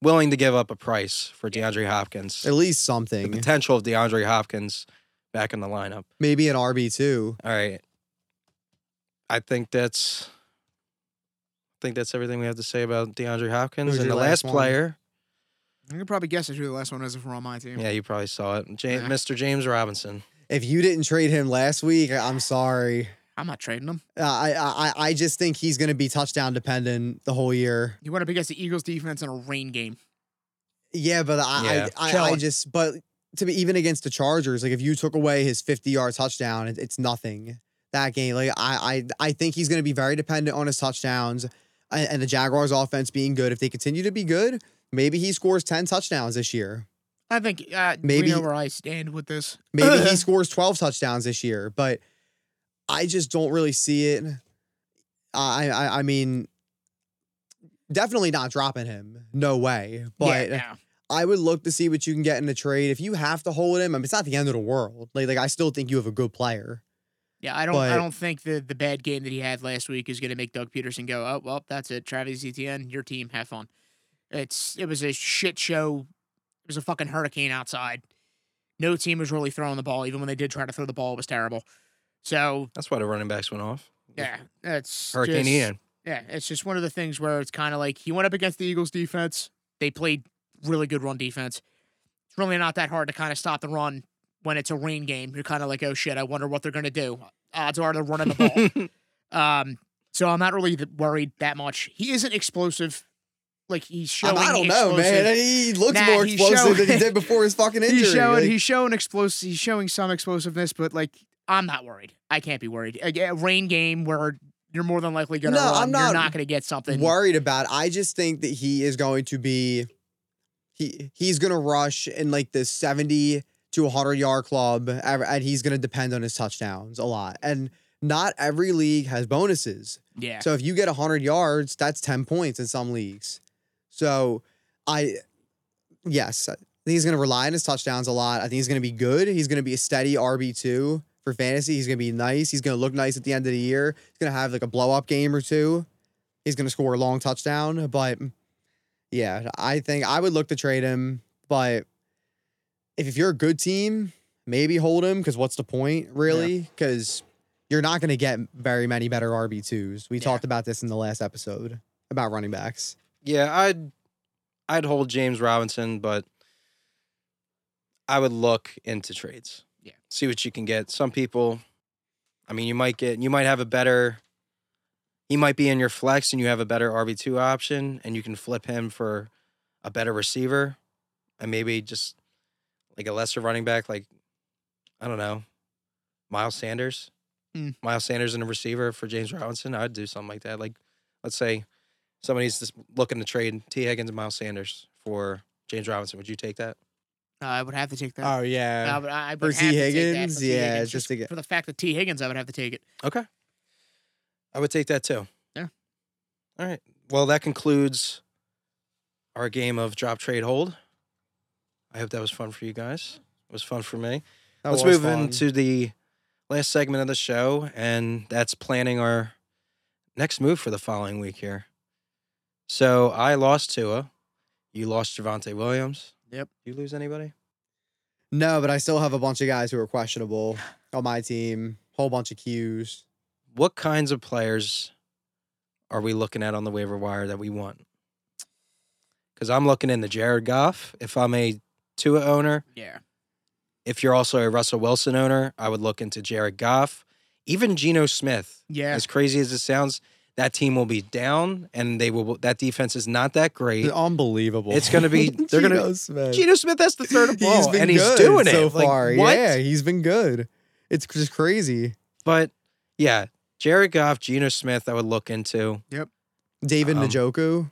Speaker 1: willing to give up a price for DeAndre Hopkins.
Speaker 3: At least
Speaker 1: The
Speaker 3: something.
Speaker 1: potential of DeAndre Hopkins back in the lineup.
Speaker 3: Maybe an RB two.
Speaker 1: All right. I think that's I think that's everything we have to say about DeAndre Hopkins.
Speaker 3: Who's
Speaker 1: and
Speaker 3: your
Speaker 1: the last,
Speaker 3: last one?
Speaker 1: player.
Speaker 4: You can probably guess who the last one is if we're on my team.
Speaker 1: Yeah, you probably saw it. Ja-
Speaker 4: Yeah.
Speaker 1: Mr. James Robinson.
Speaker 3: If you didn't trade him last week, I'm sorry.
Speaker 4: I'm not trading him.
Speaker 3: Uh, I, I I just think he's going to be touchdown dependent the whole year.
Speaker 4: You went up against the Eagles defense in a rain game.
Speaker 3: Yeah, but I
Speaker 1: Yeah.
Speaker 3: I, I, I
Speaker 4: Challenge.
Speaker 3: just but to be even against the Chargers, like if you took away his 50 yard touchdown, it, it's nothing that game. Like I I I think he's going to be very dependent on his touchdowns and, and the Jaguars offense being good. If they continue to be good, maybe he scores 10 touchdowns this year.
Speaker 4: I think uh,
Speaker 3: Maybe-
Speaker 4: we know where I stand with this.
Speaker 3: Maybe he scores 12 touchdowns this year, but I just don't really see it. I I, I mean, definitely not dropping him. No way. But
Speaker 4: yeah,
Speaker 3: I would look to see what you can get in a trade. If you have to hold him, I mean, it's not the end of the world. Like, like I still think you have a good player.
Speaker 4: yeah, I don't.
Speaker 3: but-
Speaker 4: I don't think the the bad game that he had last week is going to make Doug Peterson go. Oh well, that's it. Travis Etienne, your team. Have fun. It's it was a shit show. It was a fucking hurricane outside. No team was really throwing the ball. Even when they did try to throw the ball, it was terrible. So
Speaker 1: That's why the running backs went off.
Speaker 4: yeah, that's
Speaker 1: Hurricane
Speaker 4: just-
Speaker 1: Ian.
Speaker 4: Yeah, it's just one of the things where it's kind of like he went up against the Eagles defense. They played really good run defense. It's really not that hard to kind of stop the run when it's a rain game. You're kind of like, oh shit, I wonder what they're going to do. Odds are they're running
Speaker 3: [laughs]
Speaker 4: the ball. um, so I'm not really th- worried that much. He isn't explosive. Like he's
Speaker 3: I,
Speaker 4: showing.
Speaker 3: I don't know,
Speaker 4: explosive-
Speaker 3: man. He looks
Speaker 4: Nah,
Speaker 3: more
Speaker 4: he's
Speaker 3: explosive
Speaker 4: showing-
Speaker 3: than he did before
Speaker 4: [laughs]
Speaker 3: his fucking injury.
Speaker 4: He's showing.
Speaker 3: Like,
Speaker 4: he's showing explosive. He's showing some explosiveness, but like I'm not worried. I can't be worried. A, a rain game where you're more than likely going to
Speaker 3: No,
Speaker 4: run.
Speaker 3: I'm not
Speaker 4: you're not going to get something.
Speaker 3: worried about. it. I just think that he is going to be, he he's going to rush in like the seventy to hundred yard club, ev- and he's going to depend on his touchdowns a lot. And not every league has bonuses.
Speaker 4: yeah.
Speaker 3: So if you get 100 yards, that's 10 points in some leagues. So I, yes, I think he's going to rely on his touchdowns a lot. I think he's going to be good. He's going to be a steady RB2 for fantasy. He's going to be nice. He's going to look nice at the end of the year. He's going to have like a blow up game or two. He's going to score a long touchdown. But yeah, I think I would look to trade him. But if, if you're a good team, maybe hold him because what's the point, really? Because you're not going to get very many better RB2s. We
Speaker 4: Yeah.
Speaker 3: talked about this in the last episode about running backs.
Speaker 1: Yeah, I'd I'd hold James Robinson, but I would look into trades.
Speaker 4: Yeah.
Speaker 1: See what you can get. Some people I mean you might get you might have a better he might be in your flex and you have a better RB2 option and you can flip him for a better receiver and maybe just like a lesser running back like I don't know. Miles Sanders.
Speaker 4: Mm.
Speaker 1: Miles Sanders and a receiver for James Robinson. I'd do something like that. Like let's say somebody's just looking to trade T. Higgins and Miles Sanders for James Robinson. Would you take that?
Speaker 4: Uh, I would have to take that.
Speaker 3: Oh, yeah.
Speaker 4: I would, I would
Speaker 3: For
Speaker 4: have
Speaker 3: T.
Speaker 4: to take that
Speaker 3: Higgins?
Speaker 4: for T.
Speaker 3: Yeah,
Speaker 4: Higgins,
Speaker 3: it's just to get-
Speaker 4: for the fact that T. Higgins, I would have to take it.
Speaker 1: Okay. I would take that too.
Speaker 4: Yeah.
Speaker 1: All right. Well, that concludes our game of drop trade hold. I hope that was fun for you guys. It was fun for me.
Speaker 3: That
Speaker 1: Let's
Speaker 3: was
Speaker 1: move
Speaker 3: fun.
Speaker 1: into the last segment of the show, and that's planning our next move for the following week here. So I lost Tua. You lost Javante Williams.
Speaker 4: Yep.
Speaker 1: You lose anybody?
Speaker 3: No, but I still have a bunch of guys who are questionable on my team. Whole bunch of Qs.
Speaker 1: What kinds of players are we looking at on the waiver wire that we want? Because I'm looking into Jared Goff. If I'm a Tua owner,
Speaker 4: Yeah.
Speaker 1: if you're also a Russell Wilson owner, I would look into Jared Goff, even Geno Smith.
Speaker 4: Yeah.
Speaker 1: As crazy as it sounds, that team will be down, and they will. That defense is not that great.
Speaker 3: Unbelievable.
Speaker 1: It's gonna
Speaker 3: [laughs]
Speaker 1: be- they're gonna-
Speaker 3: Geno
Speaker 1: [laughs]
Speaker 3: Smith.
Speaker 1: Geno Smith has the third ball,
Speaker 3: [laughs] He's been
Speaker 1: and he's
Speaker 3: good
Speaker 1: doing
Speaker 3: so
Speaker 1: it Like,
Speaker 3: far.
Speaker 1: what?
Speaker 3: Yeah, he's been good. It's just crazy.
Speaker 1: But yeah, Jared Goff, Geno Smith, I would look into.
Speaker 3: David
Speaker 1: Um,
Speaker 3: Njoku.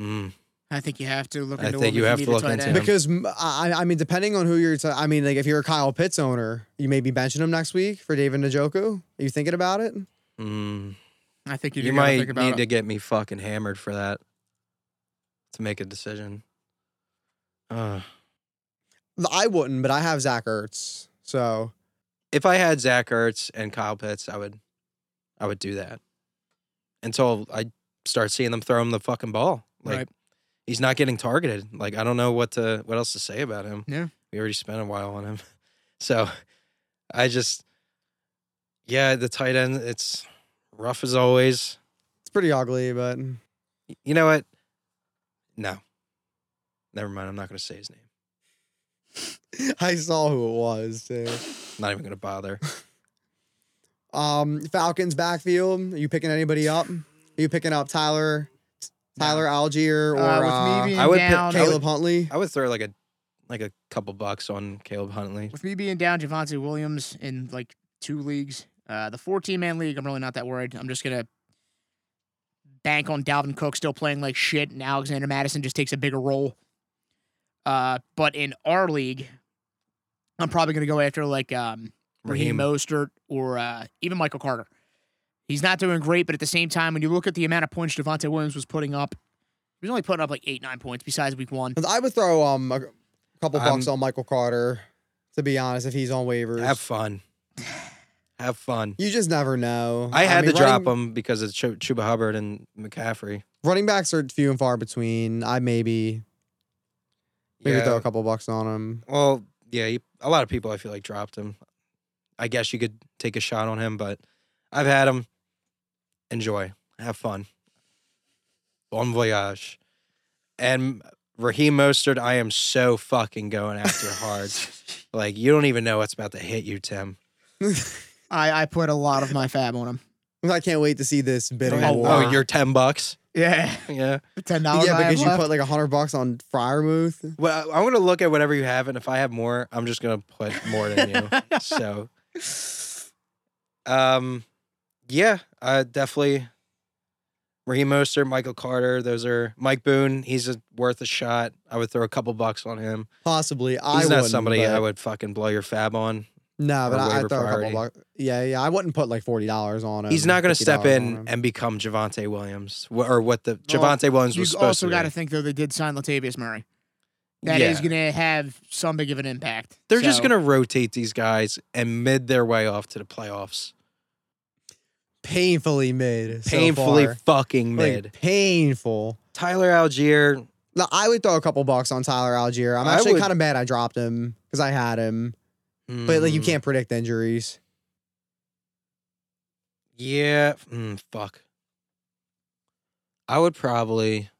Speaker 1: Mm,
Speaker 4: I think you have to look
Speaker 1: I
Speaker 4: into
Speaker 1: think
Speaker 4: him
Speaker 1: you
Speaker 4: if
Speaker 1: have
Speaker 4: need
Speaker 1: to
Speaker 4: a
Speaker 1: look
Speaker 4: tight
Speaker 1: into
Speaker 4: end.
Speaker 1: him.
Speaker 3: Because m- I, I mean, depending on who you're, t- I mean, like if you're a Kyle Pitts owner, you may be benching him next week for David Njoku. Are you thinking about it?
Speaker 1: mm.
Speaker 4: I think you,
Speaker 1: You
Speaker 4: do gotta
Speaker 1: might
Speaker 4: think about
Speaker 1: need to
Speaker 4: it.
Speaker 1: get me fucking hammered for that to make a decision. Uh,
Speaker 3: I wouldn't, but I have Zach Ertz. So
Speaker 1: if I had Zach Ertz and Kyle Pitts, I would, I would do that until I start seeing them throw him the fucking ball. Like
Speaker 4: Right.
Speaker 1: he's not getting targeted. Like I don't know what to what else to say about him.
Speaker 4: Yeah.
Speaker 1: we already spent a while on him, [laughs] so I just, yeah, the tight end. It's rough as always.
Speaker 3: it's pretty ugly, but [laughs]
Speaker 1: Y- You know what? No, never mind. I'm not going to say his name.
Speaker 3: I saw who it was too.
Speaker 1: Not even going to
Speaker 3: [laughs]
Speaker 1: bother.
Speaker 3: Um, Falcons backfield. Are you picking anybody up? Are you picking up Tyler, Tyler Algier, or
Speaker 4: Uh, with
Speaker 3: uh,
Speaker 4: me being
Speaker 1: I would pick
Speaker 4: down,
Speaker 1: I would-
Speaker 3: Caleb Huntley?
Speaker 1: I would throw like a like a couple bucks on Caleb Huntley.
Speaker 4: with me being down Javante Williams in like two leagues, uh, the 14 man league, I'm really not that worried. I'm just gonna bank on Dalvin Cook still playing like shit, and Alexander Madison just takes a bigger role. Uh, but in our league, I'm probably gonna go after like um, Raheem Mostert or uh, even Michael Carter. He's not doing great, but at the same time, when you look at the amount of points Javante Williams was putting up, he was only putting up like eight, nine points besides week one.
Speaker 3: I would throw um a couple bucks
Speaker 1: I'm-
Speaker 3: on Michael Carter. To be honest, if he's on waivers,
Speaker 1: Have fun. Have fun.
Speaker 3: you just never know.
Speaker 1: I had to
Speaker 3: mean, running,
Speaker 1: drop them because of Chu- Chuba Hubbard and McCaffrey.
Speaker 3: Running backs are few and far between. I maybe maybe
Speaker 1: yeah.
Speaker 3: throw a couple bucks on him.
Speaker 1: Well, yeah, he, a lot of people I feel like dropped him. I guess you could take a shot on him, but I've had him. Enjoy. Have fun. Bon voyage. And Raheem Mostert, I am so fucking going after hard. like you don't even know what's about to hit you, Tim.
Speaker 4: I, I put a lot of my fab on him.
Speaker 3: I can't wait to see this bidding
Speaker 1: oh,
Speaker 3: war.
Speaker 1: oh, your ten bucks.
Speaker 4: Yeah,
Speaker 1: Yeah.
Speaker 4: ten dollars.
Speaker 3: yeah, because you put like a hundred bucks on Fryermuth.
Speaker 1: Well, I- I'm gonna look at whatever you have, and if I have more, I'm just gonna put more than
Speaker 3: [laughs]
Speaker 1: you. so, um, yeah, uh, definitely. Raheem Mostert, Michael Carter, those are Mike Boone. He's a, worth a shot. I would throw a couple bucks on him.
Speaker 3: Possibly, I
Speaker 1: He's not
Speaker 3: wouldn't,
Speaker 1: somebody
Speaker 3: but-
Speaker 1: I would fucking blow your fab on.
Speaker 3: No, but
Speaker 1: or
Speaker 3: I, I
Speaker 1: waiver
Speaker 3: throw a couple
Speaker 1: priority.
Speaker 3: bucks. Yeah, yeah, I wouldn't put like forty dollars on him.
Speaker 1: He's not gonna step
Speaker 3: $50 on
Speaker 1: in
Speaker 3: him.
Speaker 1: and become Javante Williams wh- or what the
Speaker 4: Well,
Speaker 1: Javante Williams
Speaker 4: You
Speaker 1: was supposed
Speaker 4: also
Speaker 1: to.
Speaker 4: got to
Speaker 1: Be.
Speaker 4: think though they did sign Latavius Murray. That is
Speaker 1: yeah.
Speaker 4: going to have some big of an impact.
Speaker 1: They're just
Speaker 4: So,
Speaker 1: gonna rotate these guys and mid their way off to the playoffs.
Speaker 3: painfully mid, so
Speaker 1: Painfully
Speaker 3: far.
Speaker 1: fucking
Speaker 3: Like,
Speaker 1: mid.
Speaker 3: painful.
Speaker 1: Tyler Algier,
Speaker 3: No, I would throw a couple bucks on Tyler Algier. I'm
Speaker 1: I
Speaker 3: actually
Speaker 1: would-
Speaker 3: kind of mad I dropped him because I had him, but like you
Speaker 1: Mm,
Speaker 3: can't predict injuries.
Speaker 1: Yeah. Mm, fuck. I would probably.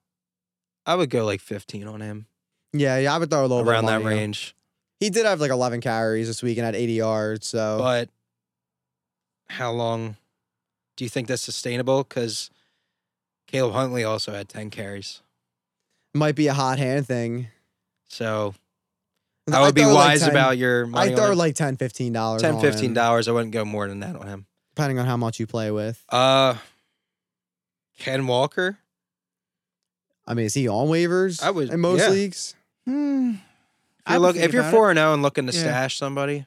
Speaker 1: I would go like 15 on him
Speaker 3: Yeah, yeah, I would throw a little bit of
Speaker 1: around that
Speaker 3: money on him.
Speaker 1: range.
Speaker 3: He did have like 11 carries this week and had 80 yards. So
Speaker 1: Oh. But how long do you think that's sustainable? Because Caleb Huntley also had 10 carries.
Speaker 3: might be a hot hand thing.
Speaker 1: So
Speaker 3: I
Speaker 1: I would be
Speaker 3: throw, like,
Speaker 1: wise
Speaker 3: 10
Speaker 1: about your money.
Speaker 3: I throw
Speaker 1: on him.
Speaker 3: like 10, 15 dollars.
Speaker 1: 10 15 dollars. I wouldn't go more than that on him.
Speaker 3: depending on how much you play with.
Speaker 1: Uh, Ken Walker.
Speaker 3: I mean, is he on waivers?
Speaker 1: I would-
Speaker 3: in most
Speaker 1: yeah.
Speaker 3: league.
Speaker 4: Hmm,
Speaker 1: If you're,
Speaker 4: would
Speaker 1: look,
Speaker 4: think
Speaker 1: if you're
Speaker 4: about it.
Speaker 1: 4 and 0 and looking to
Speaker 4: Yeah.
Speaker 1: stash somebody,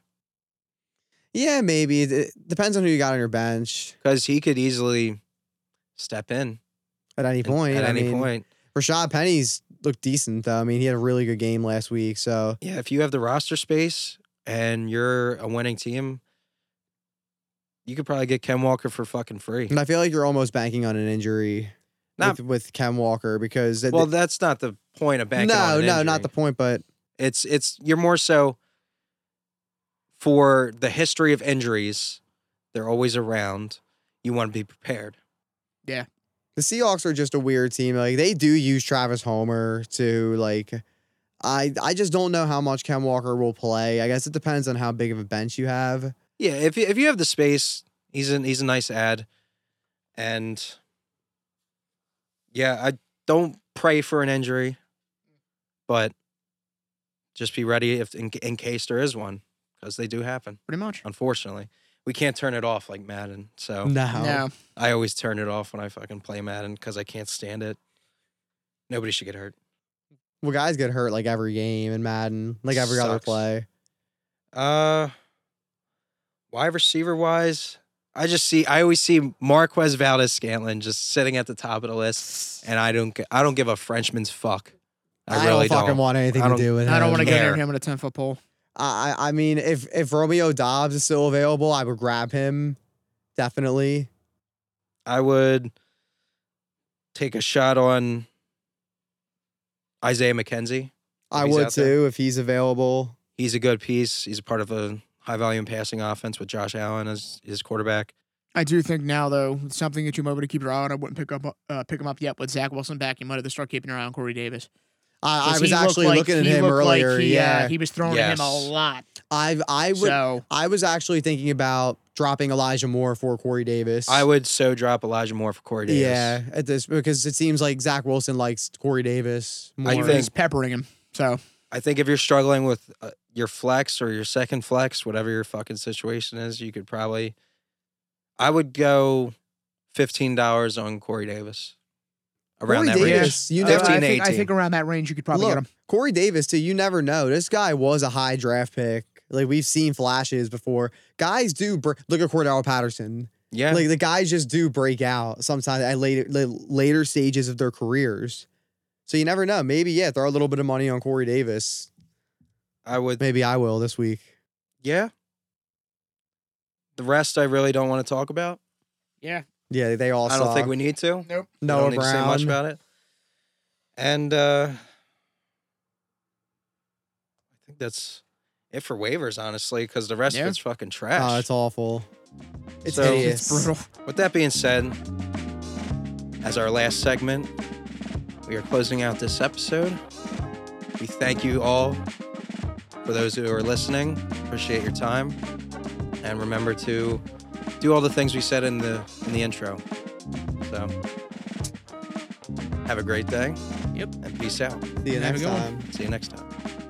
Speaker 3: Yeah, maybe. It- It depends on who you got on your bench.
Speaker 1: because he could easily step in
Speaker 3: at any
Speaker 1: at-
Speaker 3: point.
Speaker 1: At,
Speaker 3: I
Speaker 1: any
Speaker 3: mean,
Speaker 1: point,
Speaker 3: Rashad Penny's looked decent though. I mean, he had a really good game last week. So
Speaker 1: yeah. If you have the roster space and you're a winning team, you could probably get Ken Walker for fucking free.
Speaker 3: and I feel like you're almost banking on an injury
Speaker 1: Not-
Speaker 3: with, with Ken Walker because that-
Speaker 1: Well, that's not the point of banking.
Speaker 3: no,
Speaker 1: on an
Speaker 3: no, not
Speaker 1: injury.
Speaker 3: the point. But
Speaker 1: It's it's you're more so for the history of injuries. They're always around. You want to be prepared.
Speaker 3: the Seahawks are just a weird team. Like they do use Travis Homer to like. I I just don't know how much Ken Walker will play. I guess it depends on how big of a bench you have.
Speaker 1: Yeah, if you- if you have the space, he's an he's a nice ad, and yeah, I don't pray for an injury, but just be ready if in, in case there is one because they do happen.
Speaker 4: pretty much.
Speaker 1: Unfortunately, we can't turn it off like Madden. So
Speaker 3: No.
Speaker 4: No,
Speaker 1: I always turn it off when I fucking play Madden because I can't stand it. Nobody should get hurt.
Speaker 3: Well, guys get hurt like every game in Madden, like every other
Speaker 1: Sucks.
Speaker 3: play.
Speaker 1: Uh, wide receiver wise, I just see I always see Marquez Valdez Scantlin just sitting at the top of the list, and I don't gi- I don't give a Frenchman's fuck. I, really
Speaker 3: don't
Speaker 1: don't.
Speaker 3: fucking want anything
Speaker 1: I
Speaker 3: to
Speaker 1: don't-
Speaker 3: do with him.
Speaker 4: I don't want to
Speaker 1: wanna
Speaker 4: go near
Speaker 1: There.
Speaker 4: him in a ten foot pole.
Speaker 3: I I I mean, if if Romeo Dobbs is still available, I would grab him. Definitely.
Speaker 1: I would take a shot on Isaiah McKenzie.
Speaker 3: I
Speaker 1: If he's
Speaker 3: would
Speaker 1: out there.
Speaker 3: too if he's available.
Speaker 1: He's a good piece. He's a part of a high volume passing offense with Josh Allen as his quarterback.
Speaker 4: I do think now though it's something that you might want to keep your eye on. I wouldn't pick up uh, pick him up yet with Zach Wilson back. You might have to start keeping your eye on Corey Davis.
Speaker 3: I, I
Speaker 4: 'Cause
Speaker 3: was
Speaker 4: he looked
Speaker 3: actually
Speaker 4: like-
Speaker 3: looking at
Speaker 4: he
Speaker 3: him
Speaker 4: looked like
Speaker 3: earlier.
Speaker 4: he, uh,
Speaker 3: yeah,
Speaker 4: he was throwing
Speaker 1: Yes.
Speaker 4: him a lot.
Speaker 3: I I would
Speaker 4: So
Speaker 3: I was actually thinking about dropping Elijah Moore for Corey Davis.
Speaker 1: I would so drop Elijah Moore for Corey Davis.
Speaker 3: Yeah, at this because it seems like Zach Wilson likes Corey Davis more.
Speaker 1: I
Speaker 4: Or
Speaker 1: think-
Speaker 4: he's peppering him. So
Speaker 1: I think if you're struggling with uh, your flex or your second flex, whatever your fucking situation is, you could probably. I would go fifteen dollars on Corey Davis. Around
Speaker 3: Corey
Speaker 1: that range.
Speaker 3: Davis, you never,
Speaker 1: Fifteen
Speaker 4: Uh, I, think, I
Speaker 1: 18.
Speaker 4: think around that range you could probably get
Speaker 3: Look,
Speaker 4: him.
Speaker 3: Corey Davis, too, you never know. This guy was a high draft pick. Like we've seen flashes before. Guys do br- look at Cordell Patterson.
Speaker 1: Yeah,
Speaker 3: Like the guys just do break out sometimes at later la- later stages of their careers. So you never know. Maybe yeah, throw a little bit of money on Corey Davis.
Speaker 1: I would.
Speaker 3: Maybe I will this week.
Speaker 1: Yeah. The rest I really don't want to talk about.
Speaker 3: Yeah, they all.
Speaker 1: I don't
Speaker 3: suck.
Speaker 1: think we need to. We
Speaker 4: Nope.
Speaker 3: Noah
Speaker 1: don't need to say
Speaker 3: Brown.
Speaker 1: much about it. And uh, I think that's it for waivers, honestly, because the rest
Speaker 4: Yeah.
Speaker 1: of it's fucking trash.
Speaker 3: oh, it's awful. It's
Speaker 1: So-
Speaker 3: hideous.
Speaker 4: It's brutal.
Speaker 1: With that being said, as our last segment, we are closing out this episode. We thank you all for those who are listening. Appreciate your time. And remember to do all the things we said in the in the intro. So have a great day.
Speaker 2: Yep.
Speaker 1: And peace out.
Speaker 3: See you
Speaker 2: Have a
Speaker 3: next
Speaker 2: good one.
Speaker 3: time.
Speaker 1: See you next time.